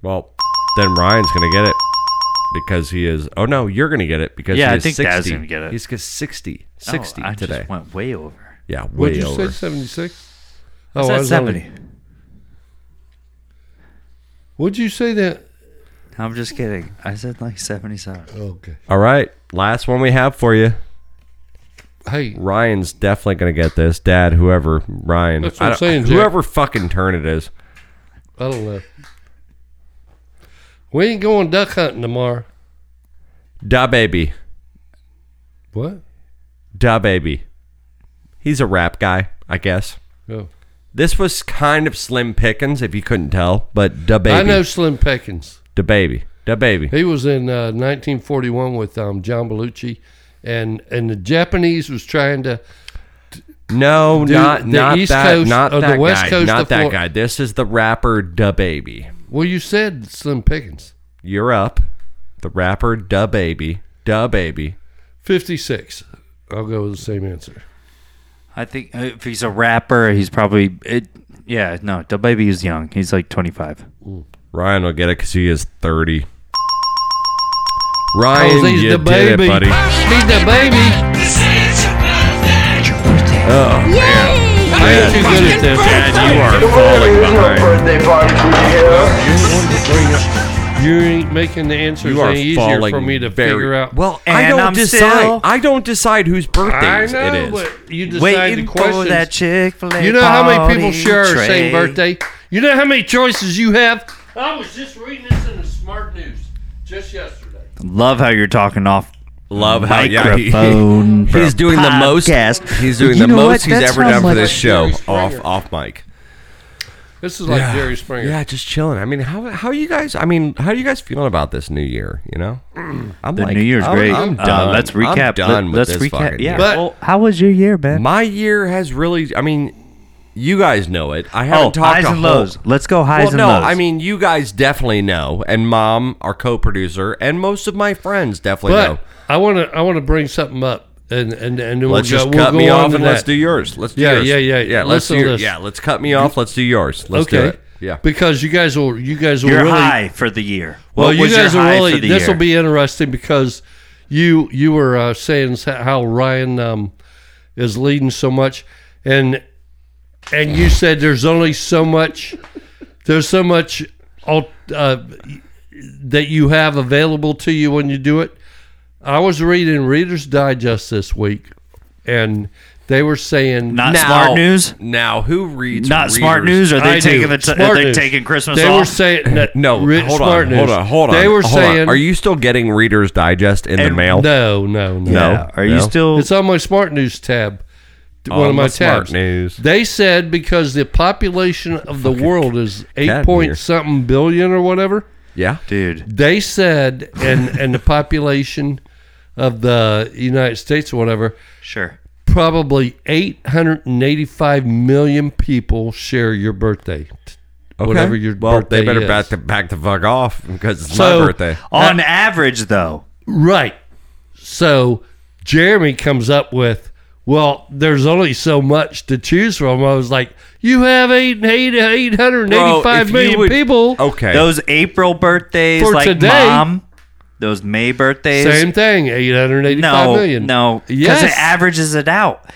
B: Well, then Ryan's gonna get it because he is. Oh no, you're gonna get it because
C: Yeah,
B: he
C: I
B: is
C: think Dad's
B: 60.
C: gonna get it.
B: He's got 60, 60
C: Oh, I
B: today.
C: Just went way over.
B: yeah,
A: Would
B: way
A: you
B: over.
A: say 76?
C: I
A: Oh,
C: said
A: was only-
C: seventy.
A: would you say that?
C: I'm just kidding. I said like seventy-seven.
A: Okay.
B: All right, last one we have for you.
A: Hey,
B: Ryan's definitely gonna get this. Dad, whoever Ryan,
A: That's what I'm
B: I don't-
A: saying, Jack.
B: whoever fucking turn it is.
A: I don't know. We ain't going duck hunting tomorrow.
B: Da baby,
A: What?
B: da baby. He's a rap guy, I guess.
A: Oh.
B: This was kind of slim pickings, if you couldn't tell, but da baby,
A: I know Slim Pickens.
B: da baby, da baby.
A: He was in uh, 1941 with um, John Belushi, and and the Japanese was trying to.
B: No,
A: Dude,
B: not
A: the
B: not
A: East
B: that,
A: Coast-
B: not
A: or the
B: that
A: West
B: guy,
A: Coast
B: not
A: of
B: that
A: Flor-
B: guy. This is the rapper Da Baby.
A: Well, you said Slim Pickens,
B: You're up. The rapper Da Baby, Da Baby.
A: 56. I'll go with the same answer.
C: I think uh, if he's a rapper, he's probably it. Yeah, no, the baby is young. He's like twenty-five.
B: Ryan will get it because he is thirty.
A: Oh,
B: Ryan,
A: he's
B: you
A: the
B: did
A: baby.
B: it, buddy.
A: He's the baby. I ain't too good at this.
B: Dad, you are
F: There
B: falling
F: is no
B: behind.
F: birthday party for you here.
A: You ain't making the answers
B: You are
A: any easier
B: falling
A: for me to
B: very
A: figure out.
B: Well, I
C: And
B: don't
C: I'm
B: decide.
C: still-
B: I don't decide whose
A: I
B: birthdays
A: know,
B: it is.
A: but you decide the
C: Waiting for
A: questions.
C: that Chick Fil A.
A: you know how many people share our same birthday? You know how many choices you have? I was just reading this in the Smart News just yesterday.
C: Love how you're talking off
B: Love how Uh, yeah, he-
C: microphone.
B: he's doing the most.
C: podcast.
B: He's doing
C: You
B: the
C: know
B: most
C: what?
B: he's
C: That's
B: ever
C: how
B: done for
C: much-
B: this show.
A: Jerry Springer.
B: Off off mic.
A: This is like Jerry Springer.
B: Yeah, just chilling. I mean, how how you guys? I mean, how you guys feeling about this new year? You know, I'm
C: Mm. The New Year's
B: I'm,
C: great.
B: I'm
C: Uh,
B: done.
C: let's recap.
B: I'm
C: Let-
B: done with
C: let's
B: this
C: recap.
B: fucking
C: Yeah.
B: year.
A: But-
C: well, how was your year, man?
B: My year has really. I mean, you guys know it. I haven't
C: oh,
B: talked
C: highs
B: a
C: and
B: whole-
C: lows. Let's go highs
B: Well, no,
C: and lows.
B: I mean, you guys definitely know, and Mom, our co-producer, and most of my friends definitely
A: But
B: know.
A: I want to I want to bring something up and and and then
B: Let's
A: we'll
B: just
A: go,
B: cut
A: we'll
B: me
A: go on
B: off
A: to
B: and let's
A: that.
B: do yours. Let's do
A: Yeah,
B: yours.
A: yeah, yeah.
B: yeah. Let's
A: Listen
B: do
A: to
B: your,
A: this.
B: yeah. Let's cut me off. Let's do yours. Let's do
A: okay.
B: it. Yeah.
A: Because you guys will you guys will
C: your
A: really
C: high for the year.
A: well
C: What
A: you
C: was your
A: guys will
C: high for
A: really
C: the
A: this will
C: year?
A: be interesting because you you were uh, saying s- how Ryan um, is leading so much and and you said there's only so much there's so much al- uh, that you have available to you when you do it. I was reading Reader's Digest this week and they were saying
C: not smart news.
B: Now, who reads?
C: Not smart
B: readers?
C: news. Are they
A: I
C: taking
A: do.
C: the t- are
A: Smart
C: they
A: news.
C: taking Christmas
A: they
C: off?
A: were saying that,
B: No,
A: Re-
B: hold
A: smart
B: on,
A: news.
B: hold on, hold on.
A: They were
B: hold
A: saying,
B: on. "Are you still getting Reader's Digest in the
C: And-
B: mail?"
A: No, no, no.
B: No.
C: Yeah. Are you
B: No.
C: still?
A: It's on my smart news tab. One
B: On
A: of my
B: the smart
A: tabs.
B: news.
A: They said because the population of the world is eight
B: here.
A: point something billion or whatever.
B: Yeah,
C: Dude,
A: They said, and and the population of the United States or whatever,
C: sure.
A: probably eight hundred and eighty-five million people share your birthday. t- Whatever your
B: well,
A: birthday
B: they better
A: is.
B: back the back the fuck off because it's
A: So-
B: my birthday.
C: On average, though,
A: Right. So Jeremy comes up with, well, there's only so much to choose from. I was like, you have eight, eight, 885
B: if you
A: million
B: would-
A: people.
B: Okay,
C: those April birthdays,
A: For
C: like
A: today-
C: mom, those May birthdays,
A: Same thing, eight hundred eighty-five
C: no,
A: million.
C: no,
A: Yes.
C: because it averages it out.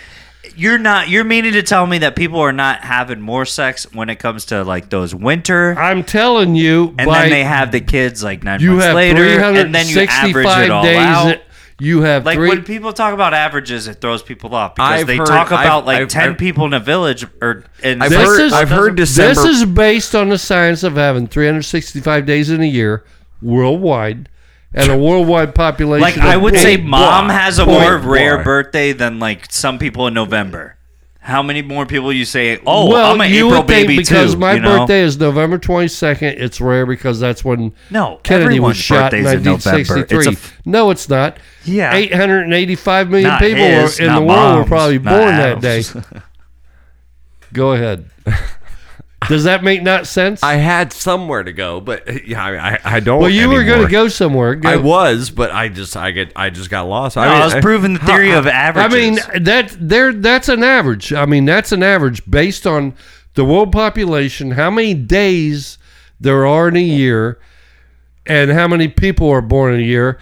C: You're not. You're meaning to tell me that people are not having more sex when it comes to like those winter,
A: I'm telling you,
C: and
A: by,
C: then they have the kids like nine
A: you
C: months
A: have
C: later,
A: 365
C: and then you average it all
A: days.
C: out.
A: that- You have
C: like
A: three.
C: when people talk about averages, it throws people off because
B: I've
C: they
B: heard-
C: talk
B: I've-
C: about like
B: I've-
C: 10
B: I've-
C: people in a village or and
B: I've
A: This
B: heard.
A: is-
B: I've heard December.
A: this is based on the science of having 365 days in a year worldwide and a worldwide population.
C: like
A: of
C: I would say
A: eight-
C: mom
B: why?
C: has a
B: Point
C: more rare
B: why?
C: birthday than like some people in November. How many more people you say, "Oh,
A: well,
C: I'm an
A: you
C: April
A: would think
C: baby
A: because
C: too."
A: my
C: you know?
A: birthday is November 22nd. It's rare because that's when
C: No,
A: Kennedy
C: everyone's
A: was shot in
C: birthday's in November. It's a
A: 1963.
C: f-
A: no, it's not.
C: Yeah.
A: 885 million
C: Not
A: people
C: his,
A: were in
C: not
A: the world were
C: mom's,
A: probably
C: not
A: born that day.
C: Adam's.
A: Go ahead. Does that make not sense?
B: I had somewhere to go, but uh, yeah, I, I, I don't.
A: well, you were going
B: anymore.
A: to go somewhere. Go-
B: I was, but I just I get I just got lost.
C: No, I, was proving the theory of
A: I
C: averages.
A: mean that there that's an average. I mean that's an average based on the world population, how many days there are in a year, and how many people are born in a year.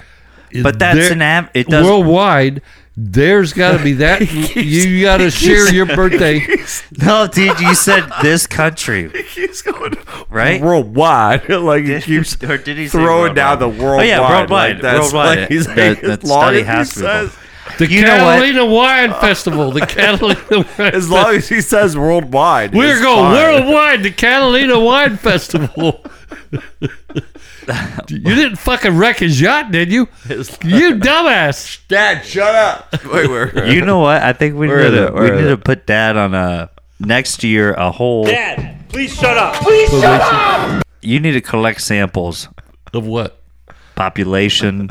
C: But that's
A: There-
C: an av- it doesn't-
A: worldwide. There's got to be that. you got to share your birthday.
C: No, dude, you said this country,
B: He's going
C: right?
B: worldwide. like he
C: Did-
B: keeps
C: or did he say
B: throwing
C: worldwide?
B: down the worldwide.
C: Oh, yeah, worldwide,
B: Like, that's
C: worldwide.
B: Like, he's
C: That-
B: like,
C: that
B: as long
C: study
B: as he
C: has to be
B: says,
A: The
C: You know what?
A: Catalina Wine Festival. The Catalina Wine
B: as long as he says worldwide,
A: We're
B: it's
A: going
B: fine.
A: worldwide to Catalina Wine Festival. you didn't fucking wreck his yacht, did you? You dumbass.
B: Dad, shut up. Wait, where?
C: You know what? I think we
B: Where
C: need
B: is
C: to
B: it? Where
C: we
B: is
C: need
B: it?
C: to put Dad on a next year a whole.
G: Dad, please shut up.
C: You need to collect samples,
A: Of what?
C: population,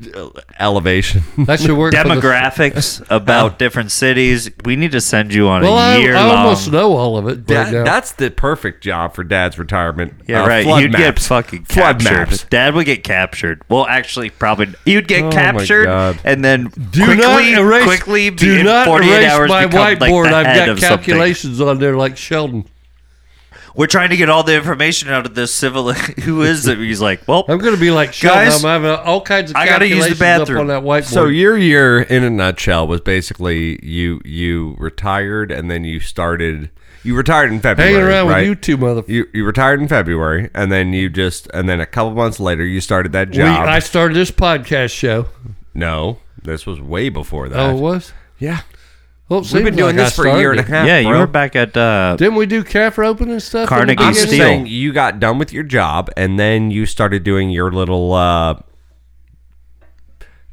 B: elevation.
A: That should work. for the-
C: demographics about different cities. We need to send you on
A: well, I,
C: a year
A: I
C: long.
A: almost know all of it.
B: That,
A: right now.
B: that's the perfect job for Dad's retirement.
C: Yeah,
B: Uh,
C: right.
B: Flood
C: You'd get
B: maps.
C: fucking
B: flood
C: captured.
B: maps.
C: Dad would get captured. Well, actually, probably you'd get
B: Oh my
C: captured
B: God.
C: and then
A: do
C: quickly,
A: not erase,
C: quickly be
A: do
C: in
A: not
C: 48
A: erase
C: hours
A: my
C: become like the
A: whiteboard.
C: head
A: I've got
C: of something.
A: calculations on there like Sheldon.
C: We're trying to get all the information out of this civil. Who is it? He's like, well,
A: I'm going to be like Sheldon.
C: Guys,
A: I'm having all kinds of
C: I gotta use the
A: calculations up
C: bathroom.
A: on that whiteboard.
B: So your year, in a nutshell, was basically you you retired and then you started. You retired in February,
A: hanging around
B: right?
A: with you two motherfuckers.
B: You, you retired in February, and then you just, and then a couple months later, you started that
A: We,
B: job.
A: I started this podcast show.
B: no, this was way before that.
A: Oh, it was?
B: yeah,
A: Well, it
B: we've been
A: seems
B: doing
A: like I
B: this for a year and
A: started
B: a
A: it.
B: half.
C: yeah, you
B: bro.
C: were back at uh,
A: Didn't we do calf roping and stuff? in the
C: Carnegie
B: I'm
A: beginning?
B: just
C: Steel.
B: saying, you got done with your job, and then you started doing your little uh,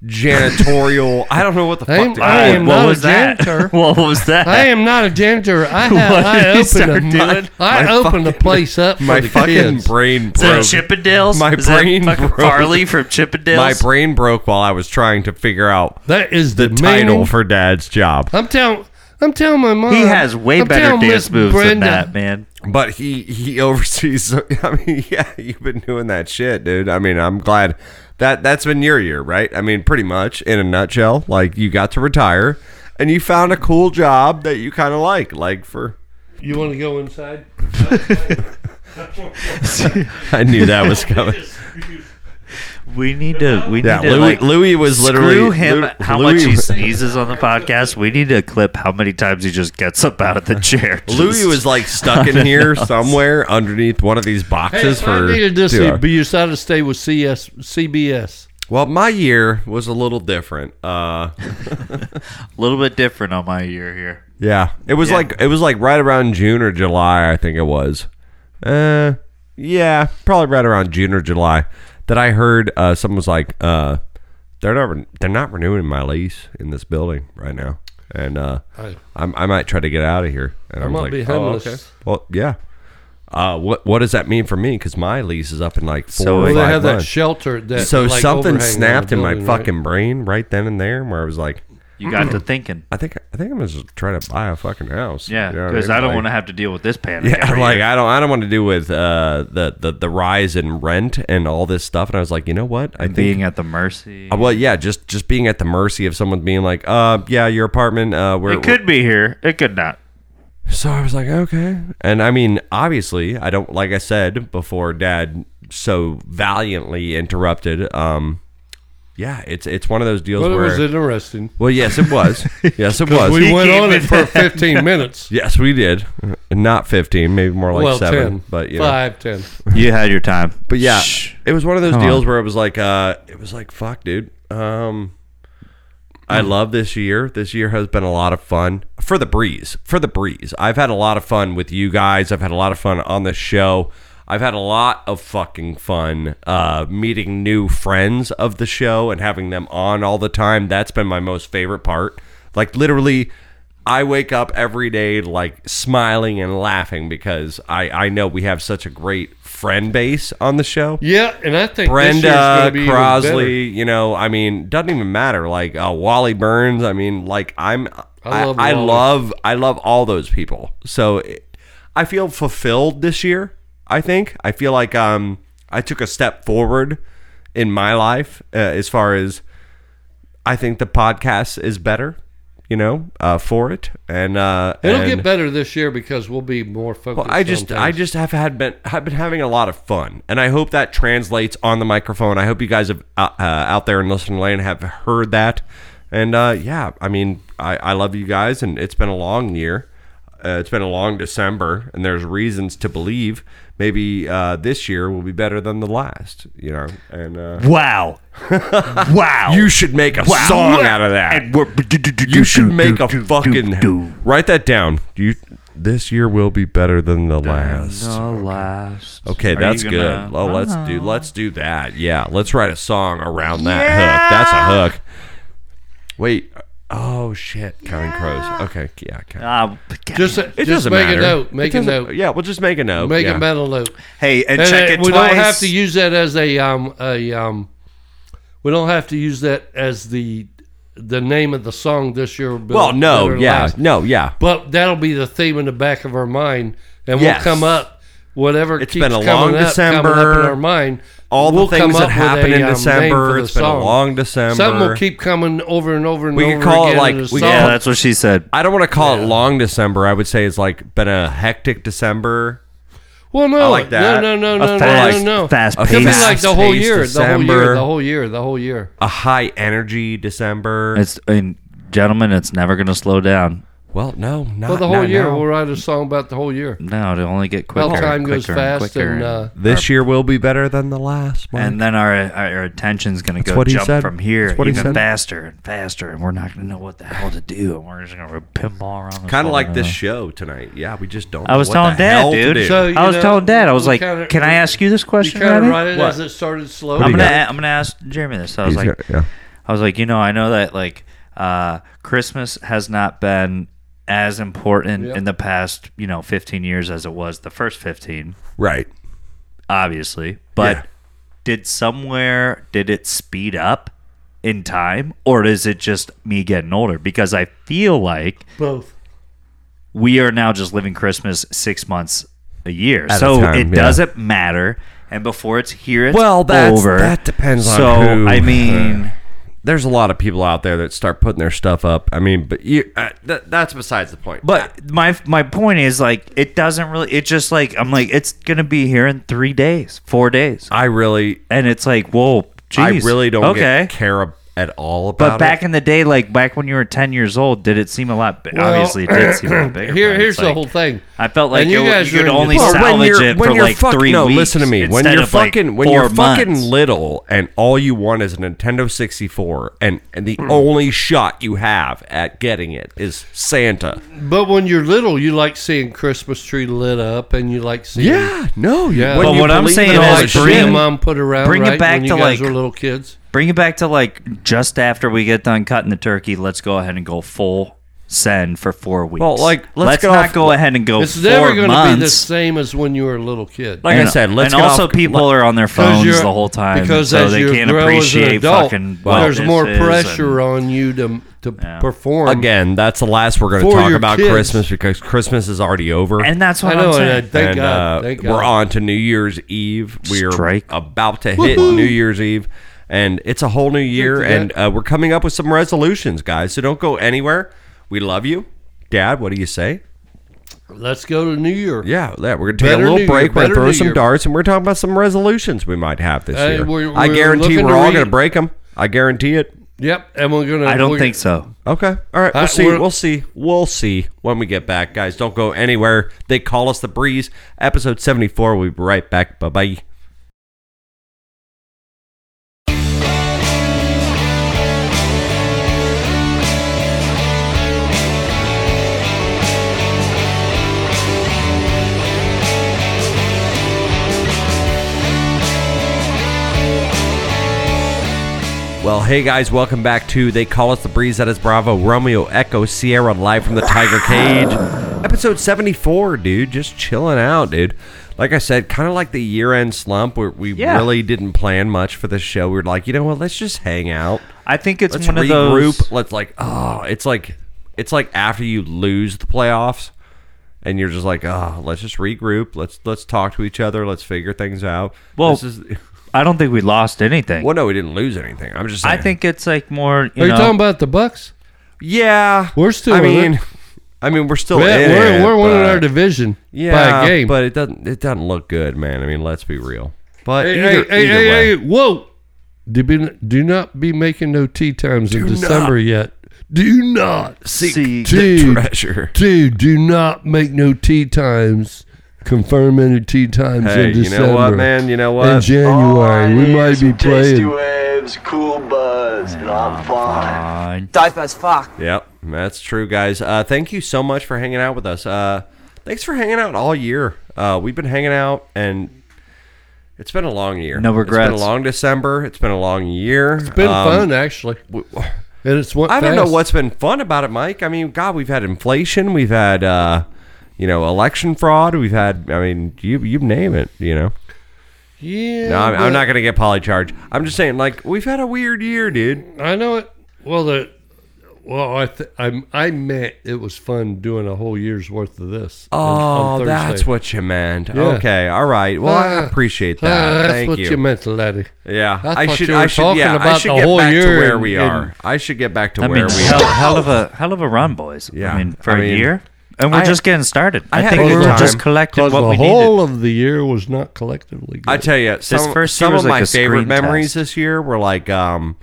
B: janitorial. I don't know what the
A: I am-
B: fuck. to
A: I
B: call it.
A: am-
C: uh, what
A: not
C: was
A: a
C: that?
A: janitor.
C: what was that?
A: I am not a janitor. I have,
C: What did
A: I
C: you
A: open
C: start
A: a,
C: doing?
A: I
B: My
A: open the place up for
B: my
A: the
B: fucking
A: kids.
B: brain
C: Is that
B: broke.
C: Chippendales?
B: My
C: Is that
B: brain
C: fucking
B: broke.
C: Farley from Chippendales.
B: my brain broke while I was trying to figure out
A: That is the,
B: the title
A: meaning.
B: for Dad's job.
A: I'm telling. I'm telling my mom.
C: He has way
A: I'm
C: better
A: telling
C: dance
A: Miss
C: moves than
A: Brenda,
C: that, man.
B: But he he oversees. I mean, yeah, you've been doing that shit, dude. I mean, I'm glad that that's been your year, right? I mean, pretty much in a nutshell, like you got to retire and you found a cool job that you kind of like, like for.
A: You want to go inside?
B: I knew that was coming.
C: We need to. We
B: Yeah,
C: need
B: Louis,
C: to like
B: Louis was literally
C: screw him.
B: Lou-
C: how
B: Louis,
C: much he sneezes on the podcast? We need to clip how many times he just gets up out of the chair.
B: Louis
C: Just-
B: was like stuck in here somewhere underneath one of these
A: Hey,
B: boxes
A: if I
B: for.
A: needed this,
B: two
A: it'd
B: hours.
A: be decided to stay with CS, CBS.
B: well, my year was a little different. Uh,
C: a little bit different on my year here.
B: yeah, it was like it was like right around June or July, I think it was. Uh, yeah, probably right around June or July that I heard uh, someone was like, uh, "They're not re- they're not renewing my lease in this building right now," and uh,
A: I-
B: I'm, I might try to get out of here. And I, was
A: might
B: like,
A: be
B: "Oh,
A: homeless."
B: okay. Well, yeah. Uh, what what does that mean for me? Because my lease is up in like four.
C: So
B: or
A: Well,
C: Like
A: they
B: five
A: have that
B: months.
A: shelter. That
B: so
A: like, overhang
B: something
A: on the
B: snapped in my
A: building, right?
B: fucking brain right then and there, where I was like,
C: You got to thinking.
B: I think I think I'm just trying to buy a fucking house.
C: Yeah,
B: You know what
C: because
B: mean?
C: I don't
B: Like-
C: want to have to deal with this panic.
B: Yeah,
C: every
B: like
C: year.
B: I don't I don't want to do with uh, the, the the rise in rent and all this stuff. And I was like, you know what? I think
C: being at the mercy.
B: uh, well, yeah, just just being at the mercy of someone being like, uh, yeah, your apartment. Uh, we're,
C: It could be here. It could not.
B: So I was like, okay. And I mean, obviously, I don't like I said before dad so valiantly interrupted. Um yeah, it's it's one of those deals
A: Well, it
B: where
A: was interesting.
B: Well, yes it was. yes it was.
A: We went
C: came
A: on it
C: in-
A: for 15 minutes.
B: yes, we did. Not 15, maybe more like
A: well,
B: 7,
A: 10,
B: but you know.
A: 5, 10.
C: You had your time.
B: But yeah, it was one of those
C: Come
B: deals
C: on.
B: where it was like, uh, it was like, fuck, dude. Um, I love this year. This year has been a lot of fun for the breeze. For the breeze, I've had a lot of fun with you guys. I've had a lot of fun on this show. I've had a lot of fucking fun uh, meeting new friends of the show and having them on all the time. That's been my most favorite part. Like literally, I wake up every day like smiling and laughing because I I know we have such a great friend base on the show.
A: Yeah, and I think this year's gonna
B: Brenda
A: be even better.
B: Crosley, you know, I mean, doesn't even matter. Like uh, Wally Burns, I mean, like I'm,
A: I
B: I, I,
A: love
B: love,
A: Wally.
B: I love, all those people. So it, I feel fulfilled this year. I think I feel like um I took a step forward in my life uh, as far as I think the podcast is better. you know, uh, for it. And uh,
A: It'll
B: and-
A: get better this year because we'll be more focused.
B: Well, I just
A: on
B: I
A: things.
B: just have had been have been having a lot of fun, and I hope that translates on the microphone. I hope you guys have uh, uh, out there in listening land have heard that, and uh, yeah, I mean I, I love you guys, and it's been a long year. Uh, it's been a long December, and there's reasons to believe maybe uh, this year will be better than the last. You know, and uh,
C: Wow. wow.
B: you should make a song out of that.
C: And we're,
B: You should make a fucking write that down. You this year will be better than the last.
C: last.
B: Okay,
C: Are
B: that's
C: you gonna-
B: good. Oh, let's do let's do that. Yeah, let's write a song around that hook. That's a hook. Wait. Oh shit, Counting Crows. Okay, yeah, okay.
C: Uh,
A: just
B: it
A: just
B: doesn't
A: make
B: matter.
A: a note.
B: It
A: Make a
B: doesn't-
A: note.
B: Yeah, we'll just make a note.
A: Make
B: yeah.
A: a mental note.
C: hey, and,
A: And
C: check
A: uh,
C: it
A: we
C: twice.
A: don't have to use that as a um a um. We don't have to use that as the the name of the song this year. but
B: Well, no,
A: better
B: yeah,
A: last.
B: no, yeah.
A: But that'll be the theme in the back of our mind, and
B: Yes.
A: we'll come up whatever
B: It's
A: keeps
B: been a
A: coming
B: long
A: up, coming up
B: December.
A: in our mind.
B: All the
A: we'll
B: things
A: come
B: that
A: up with
B: happened
A: a,
B: in
A: um, name
B: December.
A: for the
B: It's been a
A: song.
B: long December.
A: Something will keep coming over and over and
B: We
A: over
B: could call it
A: again
B: like-
A: in a
B: we-
A: song.
B: yeah,
C: Yeah, that's what she said.
B: I don't want to call it long December. I would say it's like been a hectic December.
A: well, no,
B: I like that.
A: no, no,
B: A
A: no, no,
B: fast-
A: no, no.
C: fast
A: it could be
C: paced-
A: like the whole
B: fast-paced
A: year, the whole
B: December.
A: year, the whole year, the whole year.
B: A high energy December.
C: It's, and gentlemen, it's never going to slow down.
B: well, no, not
A: Well, the whole
B: not
A: year,
B: now.
A: we'll write a song about the whole year.
C: No, it'll only get quicker.
A: Well, time goes
C: quicker and
A: fast,
C: quicker
A: and uh,
B: This year will be better than the last. Mike.
C: and then our our attention's going to go
B: what he
C: jump
B: said.
C: from here
B: That's what he
C: even
B: said.
C: faster and faster, and we're not going to know what the hell to do, and we're just going to pinball around.
B: kind of like
C: phone.
B: this show tonight. Yeah, we just don't.
C: I was
B: know what the
C: telling Dad,
B: hell to
C: dude.
B: do.
A: So-
C: I was
A: You know,
C: telling Dad, I was
A: we
C: like,
A: kinda-
C: "Can I ask you this
A: you
C: question,
A: kind
C: Daddy?"
A: of write it
B: What?
A: as it started slow.
C: I'm
B: do you
C: gonna
B: got?
C: a- I'm gonna ask Jeremy this. I was
B: He's
C: like,
B: got- yeah.
C: I was like, you know, I know that like uh, Christmas has not been as important in the past, you know, 15 years as it was the first 15,
B: right?
C: obviously. But
B: Yeah.
C: did somewhere did it speed up in time, or is it just me getting older? Because I feel like
A: Both.
C: we are now just living Christmas six months a year,
B: At a
C: so
B: time,
C: it
B: yeah.
C: doesn't matter. And before it's here, it's
B: Well, that's-
C: over.
B: that depends on
C: so,
B: who,
C: I mean.
B: uh, There's a lot of people out there that start putting their stuff up. I mean, but you, uh, th- that's besides the point.
C: But my my point is like it doesn't really. It's just like I'm like it's gonna be here in three days, four days,
B: I really,
C: and it's like whoa, geez.
B: I really don't
C: okay.
B: get, care ab- at all about
C: but back
B: it.
C: in the day, like back when you were ten years old, did it seem a lot? Bi- obviously, it did seem a lot bigger.
A: Here,
C: but
A: here's
C: it's
A: the
C: like-
A: whole thing.
C: I felt like
A: And
C: it,
A: you
C: you,
A: guys
C: could
A: are in
C: only
A: your-
B: Well,
C: salvage
B: you're-
C: it for like
B: fuck-
C: three
B: no,
C: weeks.
B: listen to me. When
C: instead
B: you're
C: of, like,
B: fucking, when
C: four
B: you're fucking
C: months.
B: little, and all you want is a Nintendo 64, and and
C: Hmm.
B: the only shot you have at getting it is Santa.
A: But when you're little, you like seeing Christmas tree lit up, and you like seeing
B: Yeah, no,
A: Yeah.
B: yeah.
A: But
C: what I'm saying
A: You know,
C: is
A: like
C: bring-
A: shit mom put around.
C: bring it
A: right,
C: back
A: when
C: to,
A: you guys
C: like-
A: were little kids.
C: Bring it back to like just after we get done cutting the turkey. Let's go ahead and go full send for four weeks.
B: Well, like, let's get
C: not
B: off-
C: go ahead and go.
A: It's never
C: going
A: going
C: to
A: to be the same as when you were a little kid.
B: Like I said, let's
C: and
B: get
C: also
B: off-
C: people are on their phones
A: you're-
C: the whole time,
A: because
C: so
A: as
C: they
A: you
C: can't
A: grow
C: appreciate
A: as an adult,
C: fucking. what
A: there's
C: this
A: more
C: is
A: pressure
C: and-
A: on you to to perform
B: Again, that's the last we're going to
A: um, For
B: talk
A: your
B: about
A: kids.
B: Christmas because Christmas is already over.
C: and that's
A: I
C: what
A: know, and
C: I'm
A: I,
C: saying.
A: thank
B: And,
A: God,
B: uh,
A: thank God.
B: we're on to New Year's Eve. We're
C: Strike.
B: about to hit New Year's Eve. And it's a whole new year. And uh, we're coming up with some resolutions, guys. So don't go anywhere. We love you. Dad, what do you say?
A: Let's go to New Year.
B: Yeah, yeah we're going to take
A: Better
B: a
A: New
B: little
A: Year,
B: break. we're going
A: better
B: to throw
A: New
B: some
A: Year.
B: darts. And we're talking about some resolutions we might have this
A: Uh,
B: year.
A: we're-
B: I
A: we're
B: guarantee
A: looking
B: we're
A: to
B: all
A: read-
B: going to break them. I guarantee it.
A: Yep, and we're gonna.
C: I don't
A: we're-
C: think so.
B: Okay. All right. We'll
A: Uh,
B: see.
A: we're-
B: We'll see. We'll see when we get back, guys. Don't go anywhere. They call us the breeze. Episode seventy-four. We'll be right back. Bye bye. Well, hey guys, welcome back to They Call Us the Breeze. That is Bravo Romeo Echo Sierra live from the Tiger Cage. Episode 74, dude. Just chilling out, dude. Like I said, kind of like the year end slump where we
C: Yeah.
B: really didn't plan much for this show. We were like, you know what? Let's just hang out.
C: I think it's
B: Let's
C: one of
B: regroup.
C: those.
B: Let's like, oh, it's like, it's like after you lose the playoffs and you're just like, oh, let's just regroup. Let's, let's talk to each other. Let's figure things out.
C: Well,
B: this is,
C: I don't think we lost anything.
B: well, no, we didn't lose anything. I'm just saying.
C: I think it's like more. You
A: Are you
C: know,
A: talking about the Bucks?
B: Yeah,
A: We're still
B: I
A: in
B: mean,
A: it.
B: I mean, we're still
A: We're,
B: in
A: we're,
B: it,
A: we're winning our
B: but-
A: division
B: yeah,
A: by a game.
B: but it doesn't it doesn't look good, man. I mean, let's be real. But
A: hey,
B: either,
A: hey,
B: either
A: hey,
B: way,
A: hey, whoa! Do, be, do not be making no tea times in December yet. Do not
B: seek
C: See,
A: Dude.
B: treasure.
A: Dude, do not make no tea times. Confirm any tea times
B: Hey,
A: in
B: you
A: December.
B: know what, man? You know
A: In
B: what?
A: January, we might be
F: Tasty
A: playing.
F: waves, cool buds, and I'm fine.
C: Fine.
G: Type as fuck.
B: Yep, that's true, guys. Uh, thank you so much for hanging out with us. Uh, thanks for hanging out all year. Uh, we've been hanging out, and it's been a long year.
C: No
B: It's
C: regrets.
B: been a long December. It's been a long year. It's
A: Been fun actually, and it's one.
B: Um, I don't know what's been fun about it, Mike. I mean, God, we've had inflation. We've had, uh, you know, election fraud. We've had. I mean, you you name it. You know.
A: Yeah,
B: No, I'm, I'm
A: but-
B: not gonna get polycharged. I'm just saying, like, we've had a weird year, dude.
A: I know it. Well, the well, I th- I I meant it was fun doing a whole year's worth of this. on- on
B: Oh, that's
A: Thursday.
B: what you meant. Okay, all right. Well, I
A: Ah,
B: appreciate
A: ah,
B: that.
A: that's
B: Thank
A: what
B: you.
A: you. meant, laddie.
B: Yeah,
A: I
B: I
A: thought
B: should.
A: you were
B: I should.
A: talking
B: Yeah, I
A: about
B: should
A: the
B: get
A: whole
B: back to
A: year
B: where
A: and-
B: we are.
A: and-
B: I should get back to
C: I
B: where
C: mean,
B: we
C: hell,
B: are.
C: hell of a hell of a run, boys.
B: Yeah.
C: I mean, for
B: I
C: a
B: mean,
C: year, and we're
B: I-
C: just getting started.
B: I
C: I,
B: had
C: think
B: a
C: we
B: good
C: were just
B: time.
C: collected
A: Because
C: what
A: the
C: we
A: whole
C: needed.
A: of the year was not collectively. Good.
B: I tell you, some,
C: first year
B: some
C: was
B: of
C: like
B: my
C: a
B: favorite
C: screen
B: memories
C: test.
B: this year were like um,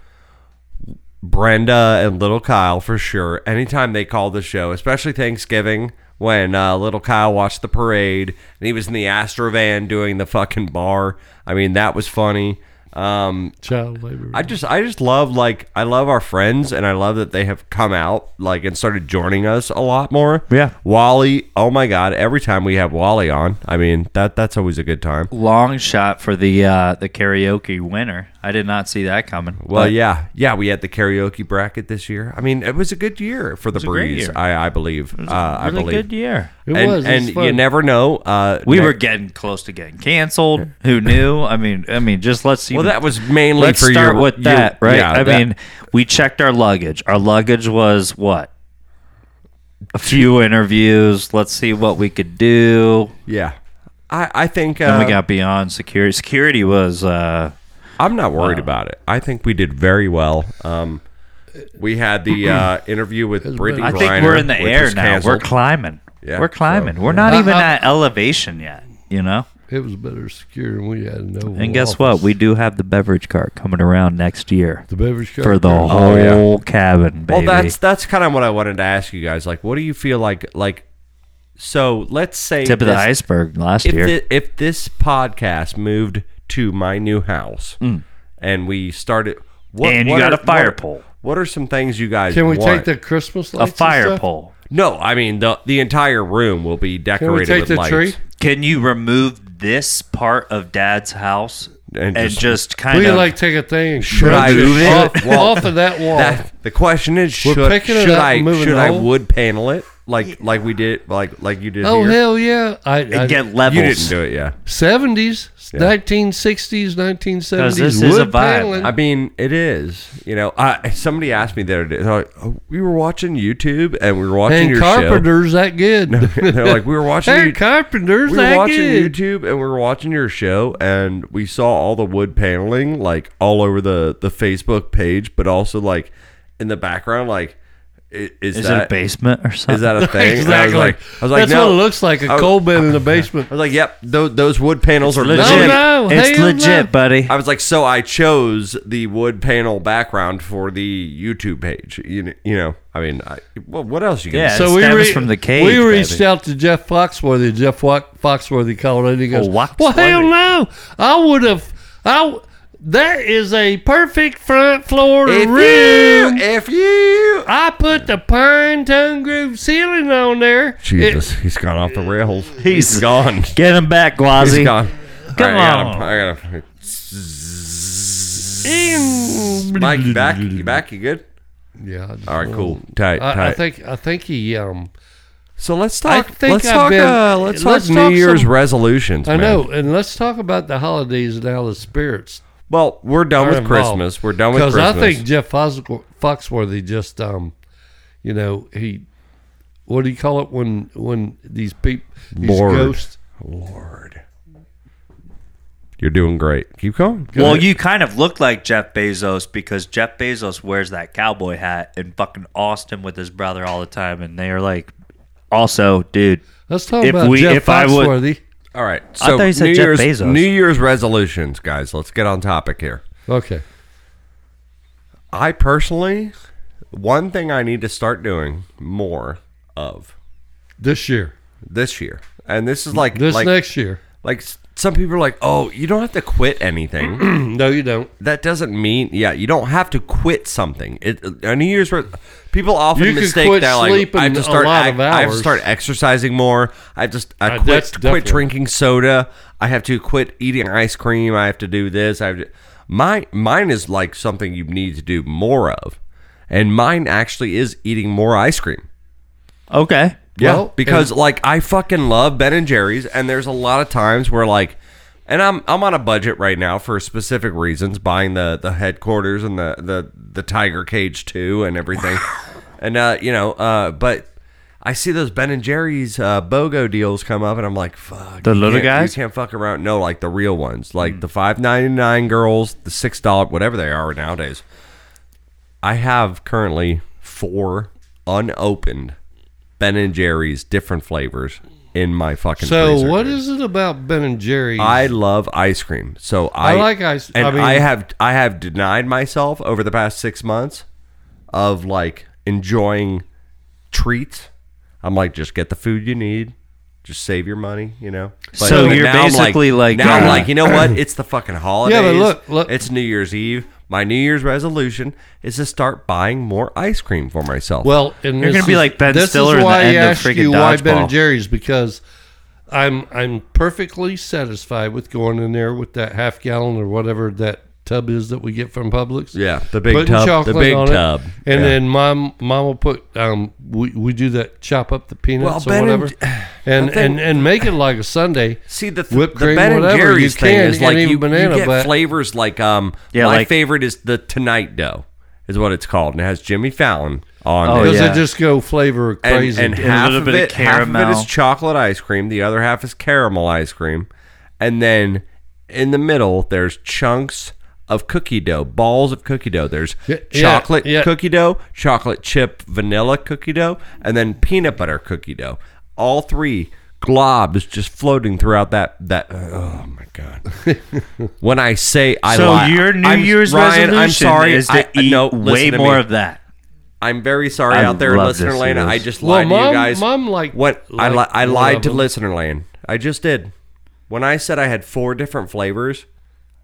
B: Brenda and little Kyle for sure. Anytime they called the show, especially Thanksgiving when uh, little Kyle watched the parade and he was in the Astro van doing the fucking bar. I mean, that was funny. Um,
A: child labor.
B: I just I just love like I love our friends and I love that they have come out like and started joining us a lot more.
C: Yeah.
B: Wally, oh my god, every time we have Wally on, I mean that that's always a good time.
C: Long shot for the uh, the karaoke winner. I did not see that coming.
B: Well,
C: But
B: yeah. Yeah, we had the karaoke bracket this year. I mean, it was a good year for the
C: a great
B: breeze,
C: year.
B: I I believe. uh, I
C: really
B: believe.
C: good year.
A: it
B: and
A: was. it was
B: and you
A: fun.
B: never know. Uh,
C: We
B: next-
C: were getting close to getting canceled. Who knew? I mean, I mean, just let's see.
B: Well, that was mainly
C: let's
B: for
C: start
B: your-
C: with
B: your-
C: that, right?
B: yeah,
C: I
B: that-
C: mean, we checked our luggage. Our luggage was what? A few interviews. Let's see what we could do.
B: yeah. I I think uh,
C: Then we got beyond security. Security was uh,
B: I'm not
A: Uh,
B: worried about it. I think we did very well. Um, we had the uh, interview with Brittany.
C: I think
B: Griner,
C: we're in the
B: which
C: air
B: was
C: now. We're
B: canceled.
C: climbing.
B: Yeah,
C: we're climbing.
B: so,
C: we're not even
B: Uh-huh.
C: at elevation yet, you know?
A: It was better secure, and we had no.
C: And guess what? We do have the beverage cart coming around next year
A: the beverage
C: for
A: cart
C: the
A: there.
C: whole
B: Oh, yeah.
C: cabin,
B: well,
C: baby.
B: that's that's kind of what I wanted to ask you guys. Like, what do you feel like? Like, so let's say
C: tip of the
B: this-
C: iceberg last
B: If
C: year.
B: thi- if this podcast moved to my new house and we started, what,
C: Hmm. And you
B: what
C: got
B: are-
C: a fire
B: what-
C: pole.
B: What are some things you guys
A: Can we take
B: want?
A: the Christmas
C: a
A: lights? and
C: fire
A: stuff?
C: pole.
B: No, I mean the the entire room will be decorated
A: Can we take
B: with
A: the
B: lights.
A: tree?
C: Can you remove this part of Dad's house
B: And
C: and,
B: just-
C: just, kind
A: We
C: of
A: like take a thing. and
B: Should I
A: branch
B: move it?
A: off,
B: Well,
A: off of that wall?
B: That, the question is,
A: We're
B: should,
A: picking it
B: should
A: up
B: I
A: and moving
B: should
A: it
B: I
A: all?
B: wood panel it like like we did like like you did?
A: oh
B: here?
A: hell yeah! I, I
C: and get
B: You didn't
C: levels?
B: do it, yeah.
A: seventies, nineteen sixties, nineteen seventies.
C: this is a
A: Wood
C: vibe.
A: paneling.
B: I mean, it is. You know, I, somebody asked me the other day. they're like, "Oh, we were watching YouTube and we were watching
A: and
B: your
A: carpenters that good.
B: show. They're like, we were watching.
A: Hey,
B: you-
A: carpenters
B: we were
A: that
B: watching
A: good.
B: YouTube and we were watching your show and we saw all the wood paneling like all over the the Facebook page, but also like in the background, like i- is,
C: Is it a
B: that
C: basement or something?
B: is that a thing? And I was
A: Exactly.
B: like, I was like,
A: That's
B: no.
A: what it looks like. A
B: I was-
A: coal bin in the basement.
B: I was like, yep, those, those wood panels are
C: legit?
B: legit.
A: No, no,
C: it's
A: hell
C: legit,
A: no.
C: buddy.
B: I was like, so I chose the wood panel background for the YouTube page. You know, you know I mean, I, well, what else you
C: Yeah.
B: can
A: so we
C: stems
A: re-
C: from the cage,
A: We reached
C: baby.
A: out to Jeff Foxworthy. Jeff Wa- Foxworthy called it. He goes,
C: Oh, Foxworthy.
A: "Well, hell no! I would have. I w- that is a perfect front floor to
B: If
A: room.
B: you, if you,
A: I put the pine tongue groove ceiling on there.
B: Jesus, he's gone off the rails. he's
C: He's-
B: gone.
C: Get him back,
B: He's
C: Guazi.
B: gone.
C: Come
B: All
C: on.
B: I gotta, I gotta,
A: It,
B: Mike, you back, you back, you good?
A: yeah. I just-
B: All right, cool, tight, tight.
A: I, I think I think he um
B: so. Let's
A: I
B: talk.
A: think
B: let's
A: I've
B: talk.
A: been-
B: uh, let's,
A: let's
B: talk. New
A: talk
B: Year's
A: some-
B: resolutions.
A: I
B: man.
A: know and let's talk about the holidays and how the spirits
B: Well, we're done
A: are
B: with
A: involved.
B: Christmas. We're done with
A: Because
B: Christmas.
A: I think Jeff Fos- Foxworthy just, um, you know, he, what do you call it when when these people, these
B: Lord.
A: ghosts,
B: Lord. You're doing great. Keep going.
A: Go
B: Well,
C: well,
A: ahead.
C: you kind of look like Jeff Bezos because Jeff Bezos wears that cowboy hat in fucking Austin with his brother all the time, and they are like, also, dude,
A: Let's talk
C: If
A: about
C: we-
A: Jeff
C: if I would-
A: Foxworthy.
B: all right. So
C: thought you said
B: New
C: Jeff
B: Year's
C: Bezos.
B: New Year's resolutions, guys. Let's get on topic here.
A: Okay.
B: I personally, one thing I need to start doing more of
A: This year.
B: this year, and this is like
A: This
B: like,
A: next year.
B: like s- some people are like, oh, you don't have to quit anything.
A: No, you don't.
B: that doesn't mean yeah you don't have to quit something it a new year's re- people often
A: You can
B: mistake
A: quit
B: that like
A: sleeping
B: i have to
A: a
B: start
A: lot
B: I,
A: of
B: I have to
A: hours.
B: start exercising more i have to st- I
A: Uh, that's
B: quit quit
A: different.
B: drinking soda i have to quit eating ice cream i have to do this i have to, my mine is like something you need to do more of and mine actually is eating more ice cream
C: okay,
B: yeah,
A: Well,
B: because like I fucking love Ben and Jerry's, and there's a lot of times where like, and I'm I'm on a budget right now for specific reasons, buying the the headquarters and the the the tiger cage too and everything, and uh you know uh but I see those Ben and Jerry's uh, BOGO deals come up, and I'm like, fuck,
C: The
B: you
C: little
B: can't-
C: guys? Hmm.
B: you can't fuck around. No, like the real ones, like the five ninety nine girls, the six dollar whatever they are nowadays. I have currently four unopened Ben and Jerry's different flavors in my fucking.
A: So
B: freezer,
A: what
B: dude.
A: is it about Ben and Jerry's?
B: I love ice cream, so I,
A: I like ice- I
B: and I,
A: mean-
B: have I have denied myself over the past six months of like enjoying treats. I'm like, just get the food you need, just save your money, you know.
C: So you're
B: now I'm
C: basically like,
B: now I'm
C: uh,
B: like, you know what? It's the fucking holidays.
A: look- look-
B: it's New Year's Eve. My New Year's resolution is to start buying more ice cream for myself.
A: Well, and
C: You're
A: this
C: gonna be
A: is-
C: like Ben
A: this is
C: Stiller in the
A: why
C: end
A: I
C: of
A: asked
C: freaking
A: you why Ben and
C: Dodgeball.
A: Jerry's because I'm I'm perfectly satisfied with going in there with that half gallon or whatever that tub is that we get from Publix.
B: Yeah, the big
A: Putting
B: tub- the
A: chocolate
B: big
A: on it,
B: tub.
A: and
B: Yeah.
A: then mom mom will put um we, we do that chop up the peanuts
B: Ben
A: or
B: and-
A: whatever, and, and and make it like a Sunday.
B: See the
A: whipped
B: the
A: cream,
B: Ben and
A: whatever
B: Jerry's
A: you
B: thing
A: can,
B: is
A: and
B: like
A: even
B: you, you
A: banana,
B: get
A: but
B: flavors like um
C: Yeah,
B: my
C: like-
B: favorite is the Tonight Dough is what it's called and it has Jimmy Fallon on
C: Oh,
B: it.
A: does
C: yeah.
A: it just go flavor
B: And,
A: crazy?
B: and
C: And a
B: half
C: little
B: of
C: bit of
B: it half of it
C: caramel.
B: is chocolate ice cream, the other half is caramel ice cream, and then in the middle there's chunks of cookie dough, balls of cookie dough. There's
A: Yeah, yeah,
B: chocolate
A: yeah.
B: cookie dough, chocolate chip vanilla cookie dough, and then peanut butter cookie dough. All three globs just floating throughout that that oh my god. when I say I
C: so
B: lie,
C: your New
B: I'm-
C: Year's
B: Ryan,
C: resolution
B: I'm sorry,
C: is to
B: I- uh,
C: eat
B: no,
C: way
B: listen to
C: more
B: me.
C: of that.
B: I'm very sorry
C: I'd
B: out there,
C: love
B: listener
C: to see
B: Lane.
C: this.
B: I just
A: Well,
B: lied to
A: Mom-
B: you guys.
A: Mom liked-
B: what I, li-
A: liked
B: I
A: one
B: lied
A: of
B: to
A: them.
B: listener Lane. I just did. When I said I had four different flavors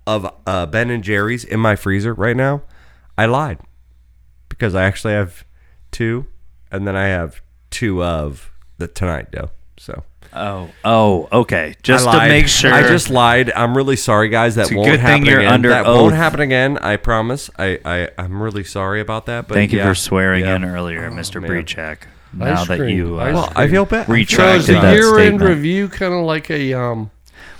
B: of uh, Ben and Jerry's in my freezer right now, I lied because I actually have two, and then I have two of the tonight dough. So
C: Oh, oh, okay. Just
B: I
C: to
B: lied.
C: make sure.
B: I just lied. I'm really sorry, guys. That
C: a
B: won't
C: good thing
B: happen
C: you're
B: again.
C: under
B: that
C: oath.
B: won't happen again. I promise. I, I I'm really sorry about that. But
C: thank you
B: yeah.
C: for swearing
B: Yeah. Oh,
C: in earlier, Mr.
B: man.
C: Brechak. Now that
A: cream.
C: you, uh,
A: Ice
B: Well, I feel bad.
A: so is
C: Retracted
A: the
C: that
A: year-end
C: statement.
A: review kind of like a um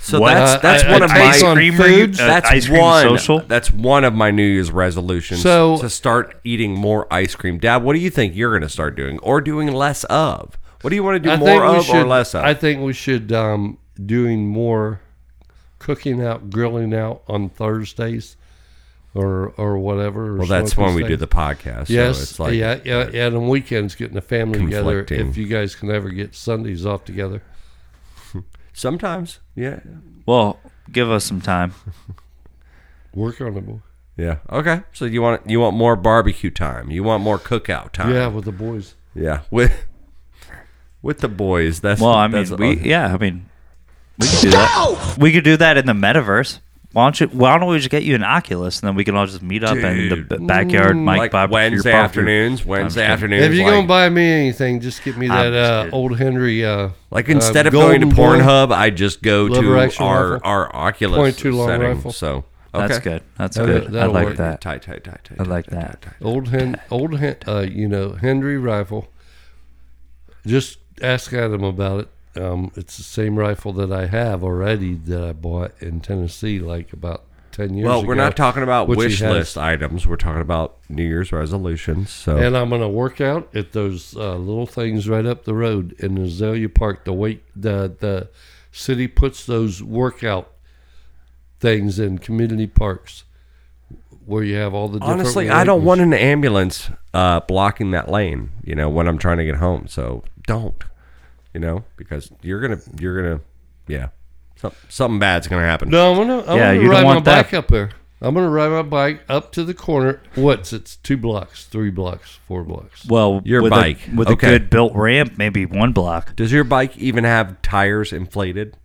B: So
C: What?
B: that's
A: Uh,
B: that's
A: I-
B: one
A: I-
B: of
A: ice
B: my
A: on
C: cream
A: foods?
C: review- uh,
B: that's
C: ice cream
B: one
C: social.
B: that's one of my New Year's resolutions.
A: So-
B: to start eating more ice cream, Dad. What do you think you're going to start doing, or doing less of? What do you want to do more of
A: should,
B: or less of?
A: I think we should um, doing more cooking out, grilling out on Thursdays or or whatever. or
B: well, that's
A: smoking
B: when we do
A: steaks.
B: the podcast.
A: Yes,
B: so it's like
A: yeah, yeah, yeah, and on weekends getting the family together.
B: Conflicting.
A: If you guys can ever get Sundays off together,
B: sometimes, yeah,
C: well, give us some time.
A: work on it. boy.
B: yeah. Okay, so you want you want more barbecue time, you want more cookout time,
A: Yeah, with the boys.
B: yeah, with with the boys. That's
C: Well, I mean,
B: that's-
C: we, yeah, I mean, we could do that. We could do that in the metaverse. Why don't you? Why don't we just get you an Oculus and then we can all just meet up in the b- backyard,
A: Mm,
C: Mike
B: like
C: Bob
B: Wednesday
C: your Bob-
B: afternoons, Wednesday
C: kidding.
B: afternoons.
A: If you're
B: like-
A: gonna buy me anything, just get me
C: I'm
A: that
C: just
A: uh,
C: kidding.
A: old Henry. Uh,
B: Like
A: uh,
B: instead of going to
A: Golden Boy.
B: Pornhub, I just go
A: Lever
B: to
A: action
B: our
A: rifle.
B: our Oculus
A: 22 long
B: setting.
A: rifle.
B: So okay.
C: That's good. That's
A: That'll-
C: good. I
A: that'll
C: like
A: work.
C: that.
B: Tight, tight, tight, tight.
C: I like
B: tight,
C: that.
B: tight, tight.
A: Old Hen, old Hen, uh, you know Henry rifle. Just ask Adam about it. Um, it's the same rifle that I have already that I bought in Tennessee, like about ten years.
B: Well, we're
A: ago,
B: not talking about
A: which he
B: wish
A: has.
B: list items. We're talking about New Year's resolutions. So
A: And I'm gonna work out at those uh, little things right up the road in Azalea Park. The wait, the the city puts those workout things in community parks where you have all the different
B: Honestly, I don't
A: lanes.
B: want an ambulance uh, blocking that lane. You know, when I'm trying to get home, so don't. You know, because you're gonna, you're gonna, yeah, some, something bad's gonna happen.
A: No, I'm gonna. I'm
C: Yeah,
A: gonna
C: you don't
A: ride
C: want
A: my
C: that.
A: bike up there. I'm gonna ride my bike up to the corner. What's it's two blocks, three blocks, four blocks.
C: Well,
B: Your
C: with
B: bike.
C: a, with
B: Okay.
C: a good built ramp, maybe one block.
B: Does your bike even have tires inflated?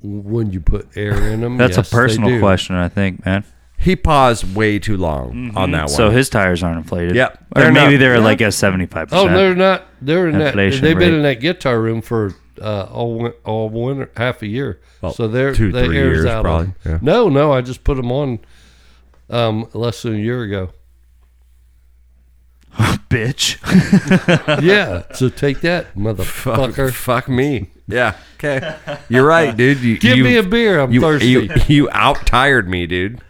A: When you put air in them,
C: That's
A: yes,
C: a
A: they
C: personal
A: do.
C: question, I think, man.
B: He paused way too long
A: Mm-hmm.
B: on that one.
C: So his tires aren't inflated.
B: Yep.
C: Or
B: They're
C: maybe
B: not.
C: they're like a seventy-five
A: Oh, they're
C: percent.
A: not. They're in that. They've
C: Inflation
A: been
C: rate.
A: in that guitar room for uh, all win- all winter, half a year. so they're
B: two,
A: they
B: three
A: air's
B: years
A: out
B: probably,
A: on.
B: yeah.
A: No, no, I just put them on um, less than a year ago.
C: Bitch.
A: yeah, so take that,
B: fuck,
A: motherfucker.
B: fuck me. Yeah. Okay. You're right, dude. You,
A: Give
B: you-
A: me a beer. I'm
B: You,
A: thirsty.
B: you you out tired me, dude.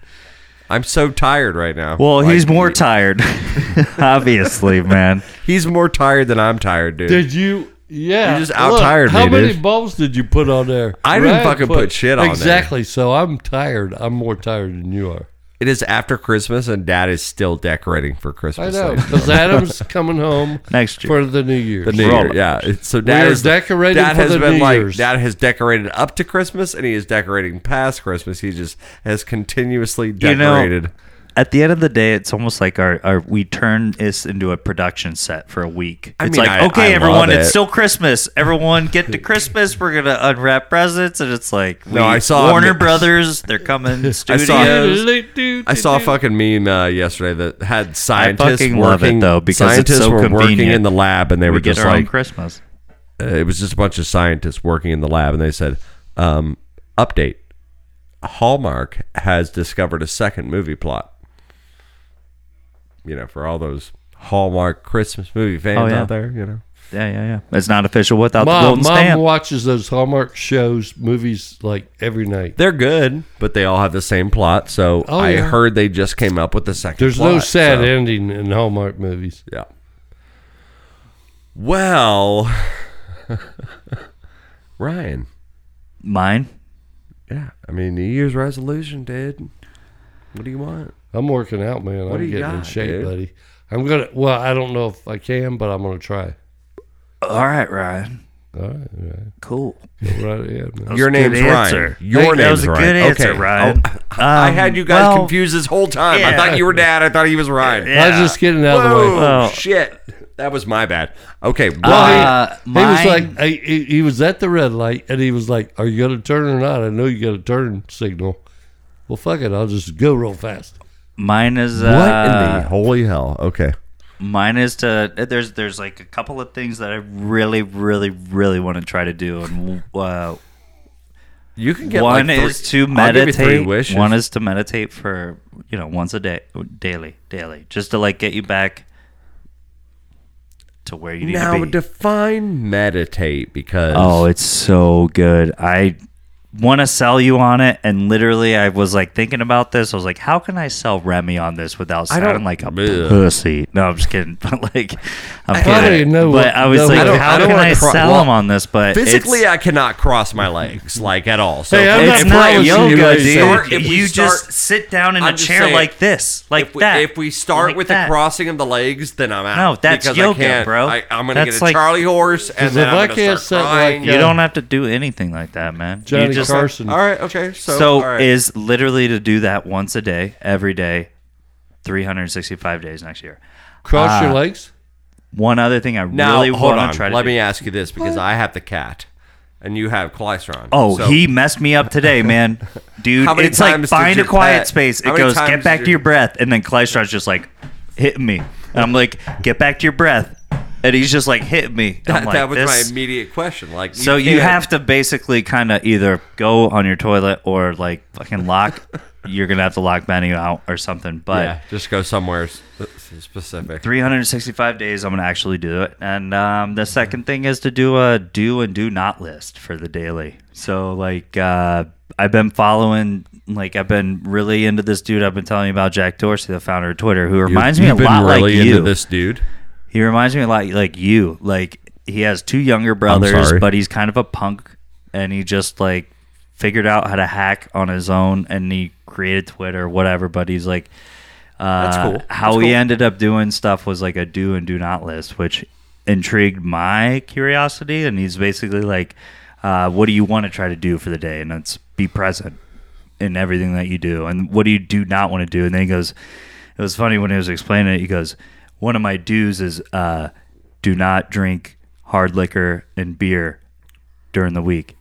B: I'm so tired right now.
C: Well,
B: Like,
C: he's more tired, obviously, man.
B: he's more tired than I'm tired, dude.
A: Did you? Yeah.
B: You just out-tired
A: How
B: me,
A: many
B: dude.
A: bulbs did you put on there?
B: I didn't fucking put shit on there.
A: Exactly. So I'm tired. I'm more tired than you are.
B: It is after Christmas, and Dad is still decorating for
A: I
B: Christmas.
A: know
B: lights.
A: because Adam's coming home
C: Next year.
A: for the New Year.
B: The New
C: Roll
B: Year,
C: it.
B: yeah. It's- So Dad
A: are
B: is
A: decorating
B: Dad
A: for
B: has
A: the
B: been
A: New
B: like
A: Year's.
B: Dad has decorated up to Christmas, and he is decorating past Christmas. He just has continuously
C: You know,
B: decorated.
C: At the end of the day, it's almost like our, our we turn this into a production set for a week.
B: I
C: it's
B: mean,
C: like,
B: I- I
C: okay,
B: love
C: everyone,
B: it.
C: it's still Christmas. Everyone, get to Christmas. We're gonna unwrap presents, and it's like, we,
B: No, I saw-
C: Warner Brothers. They're coming studios.
B: I saw a fucking meme uh, yesterday that had scientists
C: fucking
B: working.
C: love it, though, because it's
B: scientists
C: so
B: were working
C: convenient.
B: in the lab, and they
C: we
B: were
C: get
B: just
C: our own
B: like,
C: Christmas.
B: uh, it was just a bunch of scientists working in the lab, and they said, um, "Update: Hallmark has discovered a second movie plot." You know, for all those Hallmark Christmas movie fans
C: Oh, yeah.
B: out there, you know.
C: Yeah, yeah, yeah. It's not official without the
A: Mom,
C: golden
A: mom
C: stamp.
A: watches those Hallmark shows, movies like every night.
B: They're good, but they all have the same plot. So
A: Oh,
B: I
A: yeah.
B: heard they just came up with the second.
A: There's no
B: plot,
A: sad
B: so-
A: ending in Hallmark movies.
B: Yeah. Well, Ryan.
C: Mine.
B: Yeah, I mean New Year's resolution, dude. What do you want?
A: I'm working out, man.
B: What
A: I'm
B: do you
A: getting in
B: got,
A: shape,
B: dude?
A: buddy. I'm gonna. Well, I don't know if I can, but I'm gonna try.
C: All right, Ryan.
A: All right, all right.
C: Cool.
A: Right, yeah, man.
B: Your name's
C: good
B: Ryan.
C: answer.
B: Your
C: Hey,
B: name's
C: that was a
B: Ryan.
C: good answer,
B: okay.
C: Ryan.
B: Oh, I
C: Um,
B: had you guys
C: well,
B: confused this whole time. I
C: yeah.
B: thought you were Dad. I thought he was Ryan.
A: I was just getting out of the way.
B: Whoa,
C: Well-
B: shit. That was my bad. Okay, Ryan.
C: oh. Uh,
A: he was
C: mine-
A: like, I, he, he was at the red light, and he was like, "Are you gonna turn or not? I know you got a turn signal." Well, fuck it, I'll just go real fast.
C: Mine is
B: what
C: uh,
B: in the holy hell? Okay.
C: Mine is to eh, there's there's like a couple of things that I really really really want to try to do, and uh,
B: You can get
C: one
B: like three-
C: is to
B: I'll give you three
C: meditate.
B: wishes.
C: One is to meditate for you know once a day, daily, daily, just to like get you back to where you need
B: now
C: to be.
B: define meditate because
C: Oh, it's so good. I want to sell you on it, and literally, I was like thinking about this. I was like, how can I sell Remy on this without
B: I
C: sounding
B: don't-
C: like a
B: Ugh.
C: pussy? No, I'm just kidding. But like, I'm kidding.
A: already know
C: but
A: what-
C: I was
A: know
C: like,
A: what- I
B: don't-
C: how
B: I don't
C: can
B: wanna
C: I
B: cro-
C: sell
B: well,
C: him on this? But
B: physically
C: it's,
B: I cannot cross my legs like at all. So
A: Hey, I'm
B: if,
A: not
B: if
C: it's not
A: promising
B: we,
A: you
C: yoga,
A: guys-
C: dude.
B: Start- if we
C: you
B: start-
C: just sit down in
B: I'm
C: a
B: just
C: chair
B: saying,
C: like this, like
B: if we,
C: that.
B: if we start
C: like
B: with
C: that.
B: the crossing of the legs, then I'm out.
C: No, that's
B: because
C: yoga,
B: I can't,
C: bro.
B: I, I'm gonna
C: That's
B: get a
C: like-
B: Charlie horse, and then
A: if
B: I'm
A: I
B: gonna
A: can't sit
B: start
A: like
B: crying.
A: that-
C: you don't have to do anything like that, man.
A: Johnny
C: you just
A: Carson.
B: All right, okay. So,
C: So,
B: all right.
C: is literally to do that once a day, every day, 365 days next year.
A: Cross your legs.
C: One other thing I
B: now
C: really
B: hold
C: want
B: on.
C: to try to
B: Let
C: do.
B: me ask you this because I have the cat, and you have Clystron.
C: Oh,
B: So-
C: he messed me up today, man. Dude,
B: How many
C: it's like
B: times did
C: find a
B: your
C: quiet
B: pet-
C: space.
B: how
C: It
B: many
C: goes,
B: times
C: get back
B: did
C: to your
B: your-
C: breath. And then Clystron's just like, hitting me. And I'm like, get back to your breath. And he's just like, hit me. And
B: That,
C: I'm like,
B: that was
C: this-
B: my immediate question. Like,
C: So you
B: can't-
C: have to basically kind of either go on your toilet or like fucking lock. You're going to have to lock Benny out or something. But.
B: yeah, just go somewhere s- specific.
C: 365 days i'm gonna actually do it and um, the second thing is to do a do and do not list for the daily so like uh, i've been following like i've been really into this dude i've been telling you about jack dorsey the founder of twitter who reminds me a
B: You've been
C: lot
B: really
C: like
B: into
C: you
B: this dude.
C: he reminds me a lot like you like he has two younger brothers
B: sorry.
C: but he's kind of a punk and he just like figured out how to hack on his own and he created Twitter, whatever. But he's like, uh,
B: That's cool.
C: How
B: That's
C: he
B: cool.
C: ended up doing stuff was like a do and do not list, which intrigued my curiosity. And he's basically like, uh, what do you want to try to do for the day? And it's be present in everything that you do. And what do you do not want to do? And then he goes, it was funny when he was explaining it. He goes, one of my do's is uh, do not drink hard liquor and beer during the week.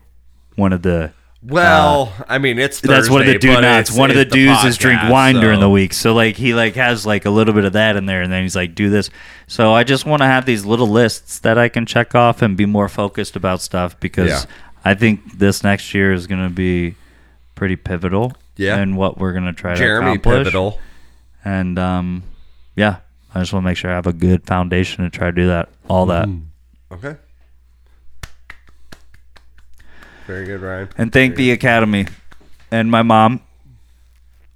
C: One of the
B: Well, I mean, it's Thursday,
C: Uh, that's one of the do
B: but
C: nots.
B: it's-
C: One of the
B: it's
C: do's is drink
B: podcast,
C: wine during
B: so-
C: the week. So like he like has like a little bit of that in there, and then he's like do this. So I just want to have these little lists that I can check off and be more focused about stuff because
B: Yeah.
C: I think this next year is going to be pretty pivotal.
B: Yeah.
C: in what we're going to try to
B: Jeremy
C: accomplish.
B: Pivotal.
C: And um, yeah, I just want to make sure I have a good foundation to try to do that. All that.
B: Mm. Okay. Very good, Ryan.
C: And thank the academy and my mom.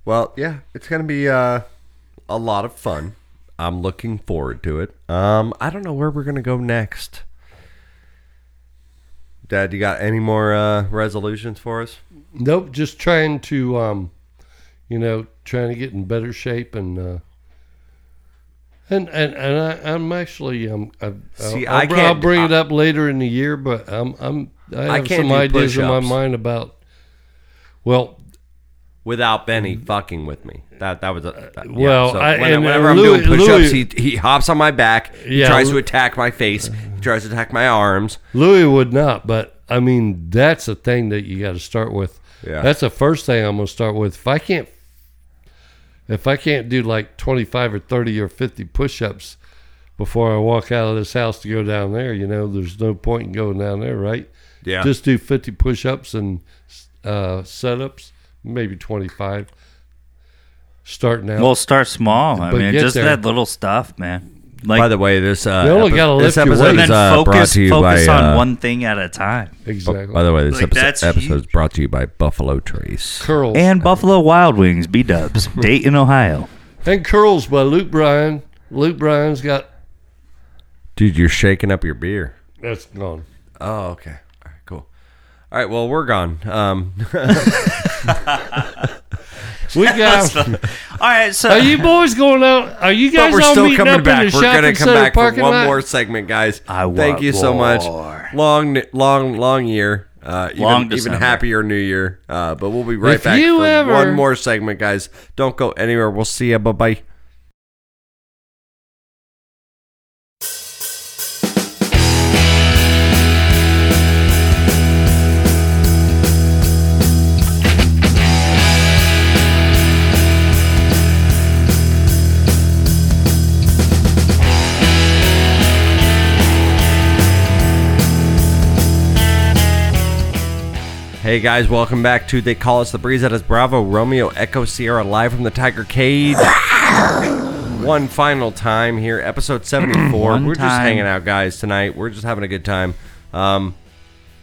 B: Well, yeah, it's gonna be uh, a lot of fun. I'm looking forward to it. Um, I don't know where we're gonna go next. Dad, you got any more uh, resolutions for us?
A: Nope, just trying to, um, you know, trying to get in better shape and uh, and and and I, I'm actually um, I,
B: See,
A: I'll,
B: I can't-
A: I'll bring it up later in the year, but I'm I'm I have
B: can't
A: some
B: do
A: ideas in my
B: push-ups.
A: mind about. Well,
B: Without Benny fucking with me, that that was a that-
A: Mm.
B: yeah,
A: Well,
B: so
A: I-
B: when-
A: and, uh,
B: whenever I'm
A: Louis-
B: doing push-ups,
A: Louis-
B: he, he hops on my back. He
A: Yeah,
B: tries
A: Lou-
B: to attack my face. He tries to attack my arms.
A: Louis would not, but I mean that's a thing that you got to start with.
B: Yeah.
A: That's the first thing I'm going to start with. If I can't, if I can't do like 25 or 30 or 50 push-ups before I walk out of this house to go down there, you know, there's no point in going down there, right?
B: Yeah,
A: Just do 50 push-ups and uh, set-ups, maybe 25. Starting out.
C: Well, start small. I
A: But
C: mean,
A: get
C: just
A: there.
C: that little stuff, man. Like
B: By the way, this uh,
A: You only
B: epi-
A: gotta
B: this
A: lift your
B: episode
A: weight.
C: and
B: is
C: then
B: uh, brought
C: focus
B: to you
C: focus
B: by,
C: on
B: uh,
C: one thing at a time.
A: exactly.
B: By the way, this
C: Like, that's
B: episode, episode is
C: huge.
B: brought to you by Buffalo Trace.
A: curls.
C: And Buffalo Wild Wings, B Dubs, Dayton, Ohio.
A: and curls by Luke Bryan. Luke Bryan's got,
B: Dude, you're shaking up your beer.
A: that's gone.
B: Oh, okay. All right, cool. All right, well, we're gone. Um,
A: We got.
C: All right, so
A: Are you boys going out? Are you
B: but
A: guys
B: we're
A: all
B: still
A: meeting
B: coming
A: up in
B: back.
A: the
B: We're
A: shopping
B: gonna come
A: center
B: back for
A: parking
B: one
A: lot?
B: more segment, guys.
C: I want
B: Thank you so much.
C: more.
B: Long, long, long year. Uh, even,
C: Long
B: even
C: December.
B: happier New Year. Uh, but we'll be right
A: If
B: back
A: you
B: for
A: ever-
B: one more segment, guys. Don't go anywhere. We'll see you. Bye bye. Hey guys, welcome back to They Call Us the Breeze. That is Bravo Romeo Echo Sierra live from the Tiger Cage. One final time here, episode 74.
C: One
B: We're just
C: time.
B: hanging out, guys, tonight. We're just having a good time. Um,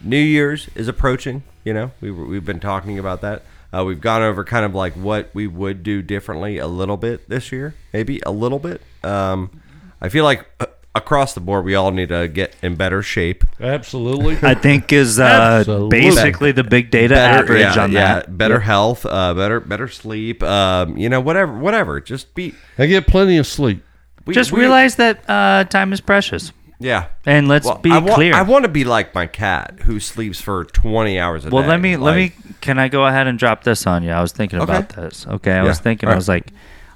B: New Year's is approaching. You know, we, we've been talking about that. Uh, we've gone over kind of like what we would do differently a little bit this year, maybe a little bit. Um, I feel like uh, across the board, we all need to get in better shape.
A: Absolutely.
C: I think is uh,
A: Absolutely.
C: basically the big data average on that.
B: better health, uh, better better sleep, um, you know, whatever, whatever. Just be.
A: I get plenty of sleep.
B: We,
C: Just
B: we-
C: realize that uh, time is precious,
B: yeah.
C: and let's
B: Well,
C: be
B: I wa-
C: clear.
B: I want to be like my cat who sleeps for twenty hours a day.
C: Well, let me let
B: Like,
C: me. Can I go ahead and drop this on you? I was thinking
B: Okay.
C: about this. Okay, I
B: Yeah.
C: was thinking.
B: All
C: I was like,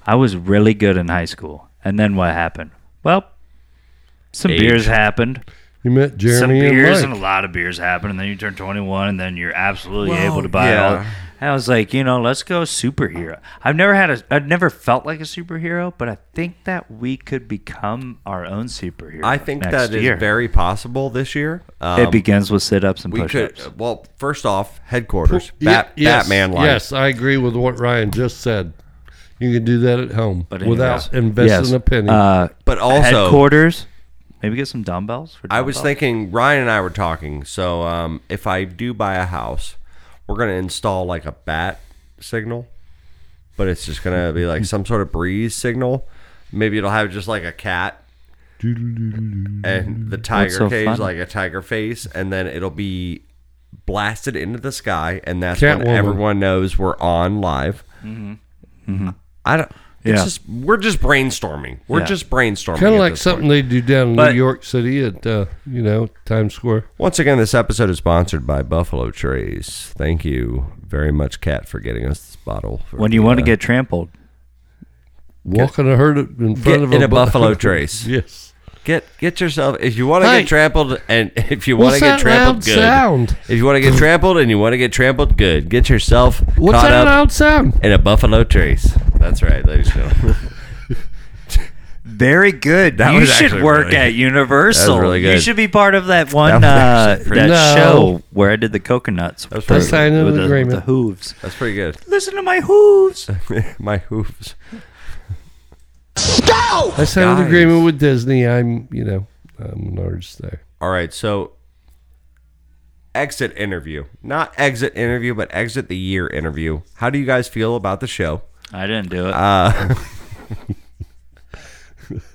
C: I was really good in high school, and then what happened? Well, some
B: Age.
C: beers happened.
A: You met
C: some
A: Jeremy and
C: beers
A: Mike.
C: and a lot of beers happen, and then you turn 21, and then you're absolutely able to buy
B: yeah.
C: all. And I was like, you know, let's go superhero. I've never had a, I've never felt like a superhero, but I think that we could become our own superhero.
B: I think
C: next
B: that is
C: year.
B: very possible this year. Um,
C: It begins with sit-ups and
B: we
C: push-ups.
B: could. Well, first off, headquarters.
A: Yeah,
B: Bat,
A: yes,
B: Batman life.
A: Yes, I agree with what Ryan just said. You can do that at home
C: But
A: without
C: anyways,
A: investing
C: yes.
A: a penny.
C: Uh,
B: But also,
C: headquarters. Maybe get some dumbbells. For
B: I was
C: dumbbells.
B: thinking Ryan and I were talking. So um, if I do buy a house, we're gonna install like a bat signal, but it's just gonna be like some sort of breeze signal. Maybe it'll have just like a cat and the tiger
C: so
B: cage,
C: funny?
B: like a tiger face, and then it'll be blasted into the sky, and that's when
A: Catwoman.
B: everyone knows we're on live. Mm-hmm. I don't. It's
C: Yeah.
B: just we're just brainstorming. We're
C: Yeah.
B: just brainstorming.
A: Kind
B: at
A: of like
B: this
A: something
B: point.
A: they do down in
C: But-
A: New York City at uh, you know Times Square.
B: Once again, this episode is sponsored by Buffalo Trace. Thank you very much, Cat, for getting us this bottle. for
C: When you
B: the,
C: want to
B: uh,
C: get trampled,
A: Walking a herd in front
B: Get
A: of
B: in a
A: bu-
B: Buffalo Trace.
A: yes.
B: get get yourself if you want to
A: Hey.
B: get trampled and if you want
A: What's
B: to get
A: that
B: trampled,
A: loud
B: good.
A: sound?
B: If you want to get trampled and you want to get trampled, good. Get yourself
A: What's
B: caught
A: that
B: up
A: loud sound?
B: in a Buffalo Trace. That's right, ladies and gentlemen.
C: very good.
B: That
C: you
B: was
C: should
B: actually
C: work
B: really-
C: at Universal.
B: That was really
C: You
B: good.
C: should be part of that
B: That was
C: one that, uh,
B: actually pretty
C: that
A: good. No.
C: show where I did the coconuts.
A: I
B: That's pretty good.
A: signed an
C: with the, with the
A: agreement.
C: hooves.
B: That's pretty good.
C: Listen to my hooves.
B: My hooves.
A: I signed
B: Guys.
A: an agreement with Disney. I'm you know I'm an artist there.
B: All right, so exit interview. Not exit interview, but exit the year interview. How do you guys feel about the show?
C: I didn't do it.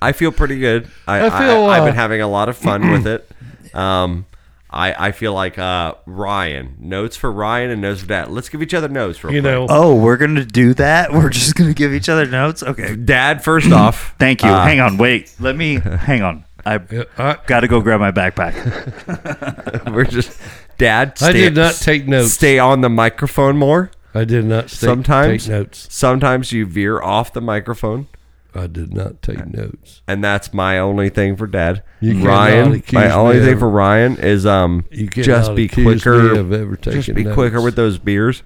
B: I feel pretty good. I,
A: I feel,
B: I, have been
A: uh,
B: having a lot of fun with it. Um, I I feel like uh, Ryan notes for Ryan and notes for Dad. Let's give each other notes for
A: You know.
C: oh, we're gonna do that. We're just gonna give each other notes. Okay.
B: Dad first off.
C: Thank you.
B: Uh,
C: hang on. Wait. Let me. Hang on. I
A: I,
C: got to go grab my backpack.
B: We're just Dad. Stay,
A: I did not take notes.
B: Stay on the microphone more.
A: I did not stay,
B: Sometimes
A: take notes.
B: Sometimes you veer off the microphone,
A: I did not take notes.
B: and that's my only thing for Dad.
A: You cannot
B: Ryan,
A: accuse
B: my
A: me
B: only thing
A: of-
B: for Ryan is um,
A: You cannot
B: just be
A: accuse me
B: quicker.
A: of ever
B: just
A: taking
B: be quicker
A: notes.
B: with those beers.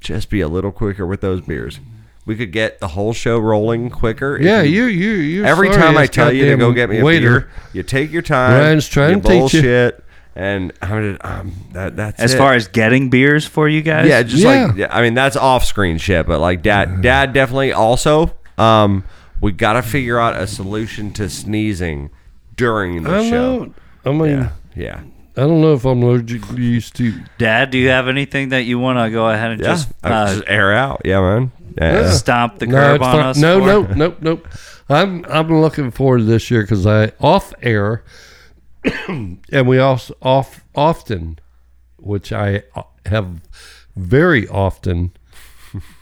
B: Just be a little quicker with those beers. We could get the whole show rolling quicker. if
A: Yeah, you you you.
B: Every
A: sorry
B: time I
A: ass
B: tell you to
A: goddamn
B: go get me a
A: waiter.
B: beer, you take your time.
A: Ryan's trying
B: you
A: to teach you.
B: bullshit, and I mean, um, that that's
C: As
B: it.
C: far as getting beers for you guys,
B: yeah, just
A: Yeah.
B: like yeah, I mean, that's off screen shit. But like dad, dad definitely also. Um, we got to figure out a solution to sneezing during the
A: I don't
B: show.
A: know. I mean,
B: Yeah, yeah,
A: I don't know if I'm allergically used to.
C: Dad, do you have anything that you want to go ahead and
B: yeah.
C: just,
B: I
C: uh,
B: just air out. Yeah, man. Yeah.
C: stomp the
A: No,
C: curb
A: it's
C: on
A: fine.
C: us?
A: no,
C: for?
A: no, nope, nope. I'm I'm looking forward to this year because I off air, and we also off often, which I o- have very often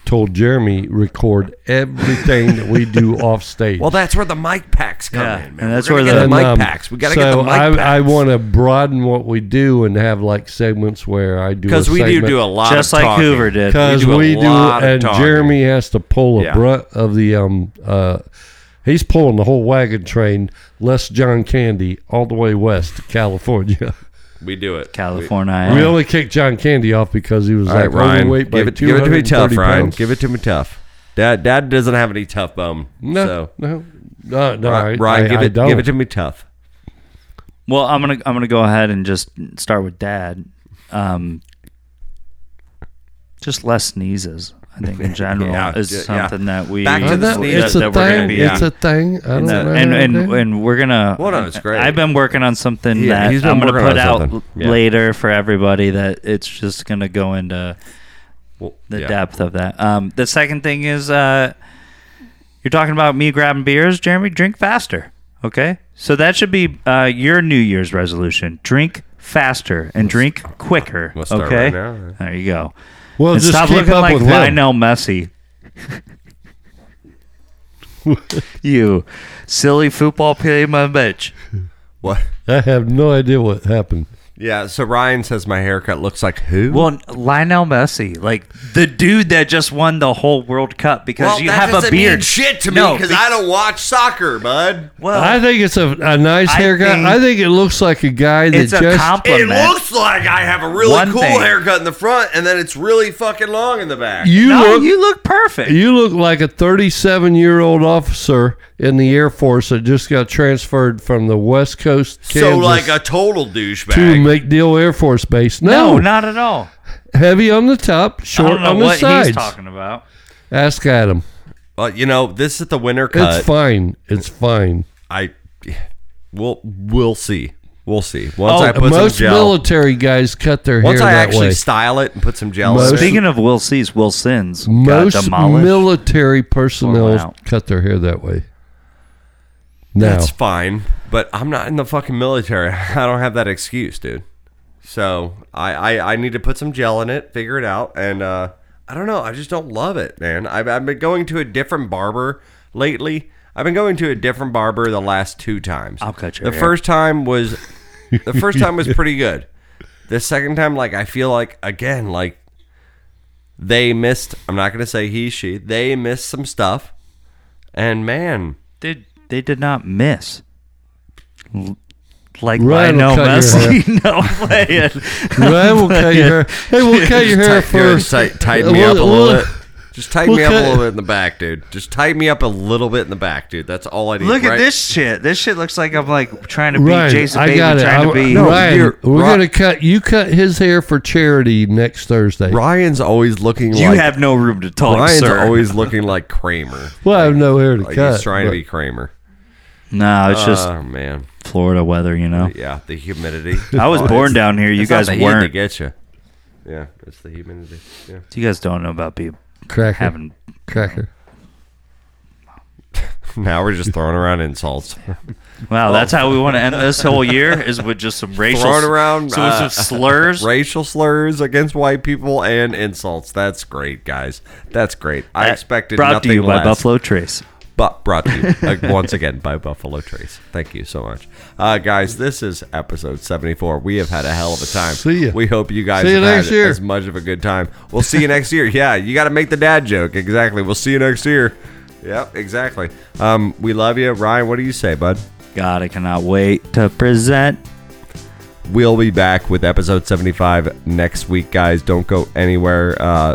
A: told Jeremy record everything that we do off stage.
B: Well, that's where the mic packs come
C: Yeah,
B: in, man.
C: and that's
B: We're gonna
C: where
B: get
C: the-
B: mic
A: um,
B: packs. We got to
A: so
B: get the mic
A: I,
B: packs.
A: I want to broaden what we do and have like segments where I do a
B: because we do
A: segment-
B: do a lot,
C: Just
B: of
C: like
B: talking.
C: Hoover did.
B: We
A: because
B: do a
A: we do,
B: lot of
A: and
B: talking.
A: Jeremy has to pull a
B: Yeah.
A: brunt of the um uh, he's pulling the whole wagon train, less John Candy all the way west to California.
B: We do it.
C: California.
A: we only kicked John Candy off because he was
B: All right,
A: like
B: Ryan.
A: overweight by
B: Give it, give it
A: 230
B: to me tough,
A: pounds.
B: Ryan. Give it to me tough. Dad, Dad doesn't have any tough bone.
A: No,
B: so.
A: no, no, no.
B: Ri-
A: I-
B: Ryan,
A: I-
B: give
A: I
B: it,
A: don't.
B: give it to me tough.
C: Well, I'm gonna I'm gonna go ahead and just start with Dad. Um, just less sneezes, I think in general
B: Yeah,
C: is
B: yeah.
C: something that we
B: Back to
A: I
B: the
A: know,
B: sneeze.
A: it's a
C: that we're gonna
A: thing.
C: be
A: It's
C: on.
A: a thing. I don't know.
C: and and and we're gonna.
B: Well, no, it's great.
C: I've been working on something
B: Yeah,
C: that
B: he's been
C: I'm gonna
B: working on
C: put out
B: something.
C: l-
B: Yeah.
C: later for everybody. That it's just gonna go into
B: Well,
C: the
B: yeah.
C: depth of that. Um, the second thing is uh, you're talking about me grabbing beers, Jeremy. Drink faster, okay? So that should be uh, your New Year's resolution: drink faster and drink quicker.
B: let's start
C: okay,
B: right now.
C: there you go.
A: well,
C: And
A: just
C: stop
A: keep
C: looking
A: up
C: like
A: with him.
C: Lionel Messi. you silly football player, my bitch.
B: What?
A: I have no idea what happened.
B: Yeah. So Ryan says my haircut looks like who?
C: Well, Lionel Messi, like the dude that just won the whole World Cup because
B: Well,
C: you
B: that
C: have a
B: doesn't mean
C: beard.
B: shit to me
C: No,
B: because
C: be-
B: I don't watch soccer, bud.
C: Well,
A: I think it's a, a nice
C: I
A: haircut.
C: think-
A: I think it looks like a guy that
C: it's
A: just
C: a
B: It
C: compliment.
B: looks like I have a really
C: One
B: cool
C: thing.
B: haircut in the front, and then it's really fucking long in the back.
A: you
C: no,
A: look
C: you look perfect.
A: You look like a 37 year old officer in the Air Force that just got transferred from the West Coast Kansas
B: so like a total
A: to
B: douchebag.
A: McDill Air Force Base. No,
C: no, not at all.
A: heavy on the top,
C: I
A: short
C: don't know
A: on the
C: what
A: sides.
C: he's talking about.
A: Ask Adam.
B: Well, you know, this is the winter
A: It's
B: cut.
A: fine. It's fine.
B: I, we'll we'll see. We'll see. Once
A: Oh,
B: I put some
A: most
B: gel.
A: military guys cut their
B: once
A: hair
B: I
A: that
B: actually
A: way.
B: style it and put some gel.
A: Most-
B: in it.
C: Speaking of Will C's, Will Sins got
A: most
C: demolished.
A: military
C: Blown
A: personnel
C: out.
A: cut their hair that way. Now,
B: That's fine, but I'm not in the fucking military. I don't have that excuse, dude. So I, I, I need to put some gel in it, figure it out, and uh, I don't know. I just don't love it, man. I've, I've been going to a different barber lately. I've been going to a different barber the last two times.
C: I'll cut your
B: The
C: hair.
B: first time was, the first time was pretty good. The second time, like I feel like again, like they missed. I'm not gonna say he, she. They missed some stuff, and man,
C: They they did not miss. L- Like
A: Ryan will
C: Lionel
A: cut your
C: Messi. No, I'm playing.
A: Ryan will cut your hair. Hey, we'll cut your hair
B: Tight- dude,
A: first.
B: tight- tighten me up a
A: We'll-
B: little
A: we'll-
B: bit. Just tighten
A: we'll
B: me up a
A: cut-
B: little bit in the back, dude. Just tighten me up a little bit in the back, dude. That's all I need.
C: Look at
B: right?
C: this shit. This shit looks like I'm like trying to be
A: Ryan,
C: Jason
A: I
C: Bateman,
A: got it.
C: trying
A: I'm,
C: to be.
B: No,
A: Ryan,
B: you're-
A: we're
B: Ri-
A: gonna cut. You cut his hair for charity next Thursday.
B: Ryan's always looking
C: you
B: like
C: have no room to talk,
B: Ryan's
C: sir.
B: always looking like Kramer.
A: Well, I have no hair to
B: Like
A: cut.
B: Oh, he's trying to
A: but-
B: be Kramer.
C: no,
A: Uh,
C: it's just
B: oh man,
C: Florida weather, you know.
B: yeah, the humidity.
C: I was
B: Oh,
C: born
B: it's-
C: down here. You
B: it's not
C: guys
B: the heat to
C: weren't.
B: get you. Yeah, it's the humidity. Yeah.
C: You guys don't know about people
A: cracker.
C: having.
A: cracker.
B: Now we're just throwing around insults.
C: Wow, that's how we want to end this whole year is with just some racial
B: Throwing around,
C: so it's
B: uh,
C: just slurs.
B: racial slurs against white people and insults. That's great, guys. That's great. I expected
C: brought
B: nothing
C: to you
B: less.
C: by Buffalo Trace.
B: but brought to you like, once again by Buffalo Trace. Thank you so much, uh, guys. This is episode seventy-four. We have had a hell of a time.
A: See ya.
B: We hope you guys
A: See ya
B: have
A: next
B: had
A: year.
B: as much of a good time. We'll see you next year. Yeah, you got to make the dad joke exactly. We'll see you next year. Yep, exactly. Um, we love you, Ryan. What do you say, bud?
C: God, I cannot wait to present.
B: We'll be back with episode 75 next week, guys. Don't go anywhere. Uh,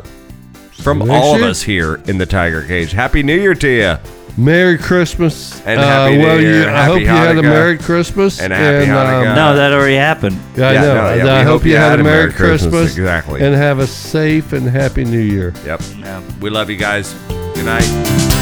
B: from
A: Next
B: all of
A: year.
B: us here in the Tiger Cage, Happy New Year to you.
A: Merry Christmas Uh,
B: And Happy New
A: well,
B: Year
A: You,
B: and
A: I hope
B: Happy
A: you had a
B: Hanukkah.
A: Merry Christmas um,
B: And Happy Hanukkah.
C: No, that already happened.
A: yeah, I
B: Yeah,
A: know.
B: no, yeah,
A: I
B: we
A: hope you had, a Merry, Christmas,
B: exactly.
A: and have a safe and happy New Year.
B: Yep. We love you guys. Good night.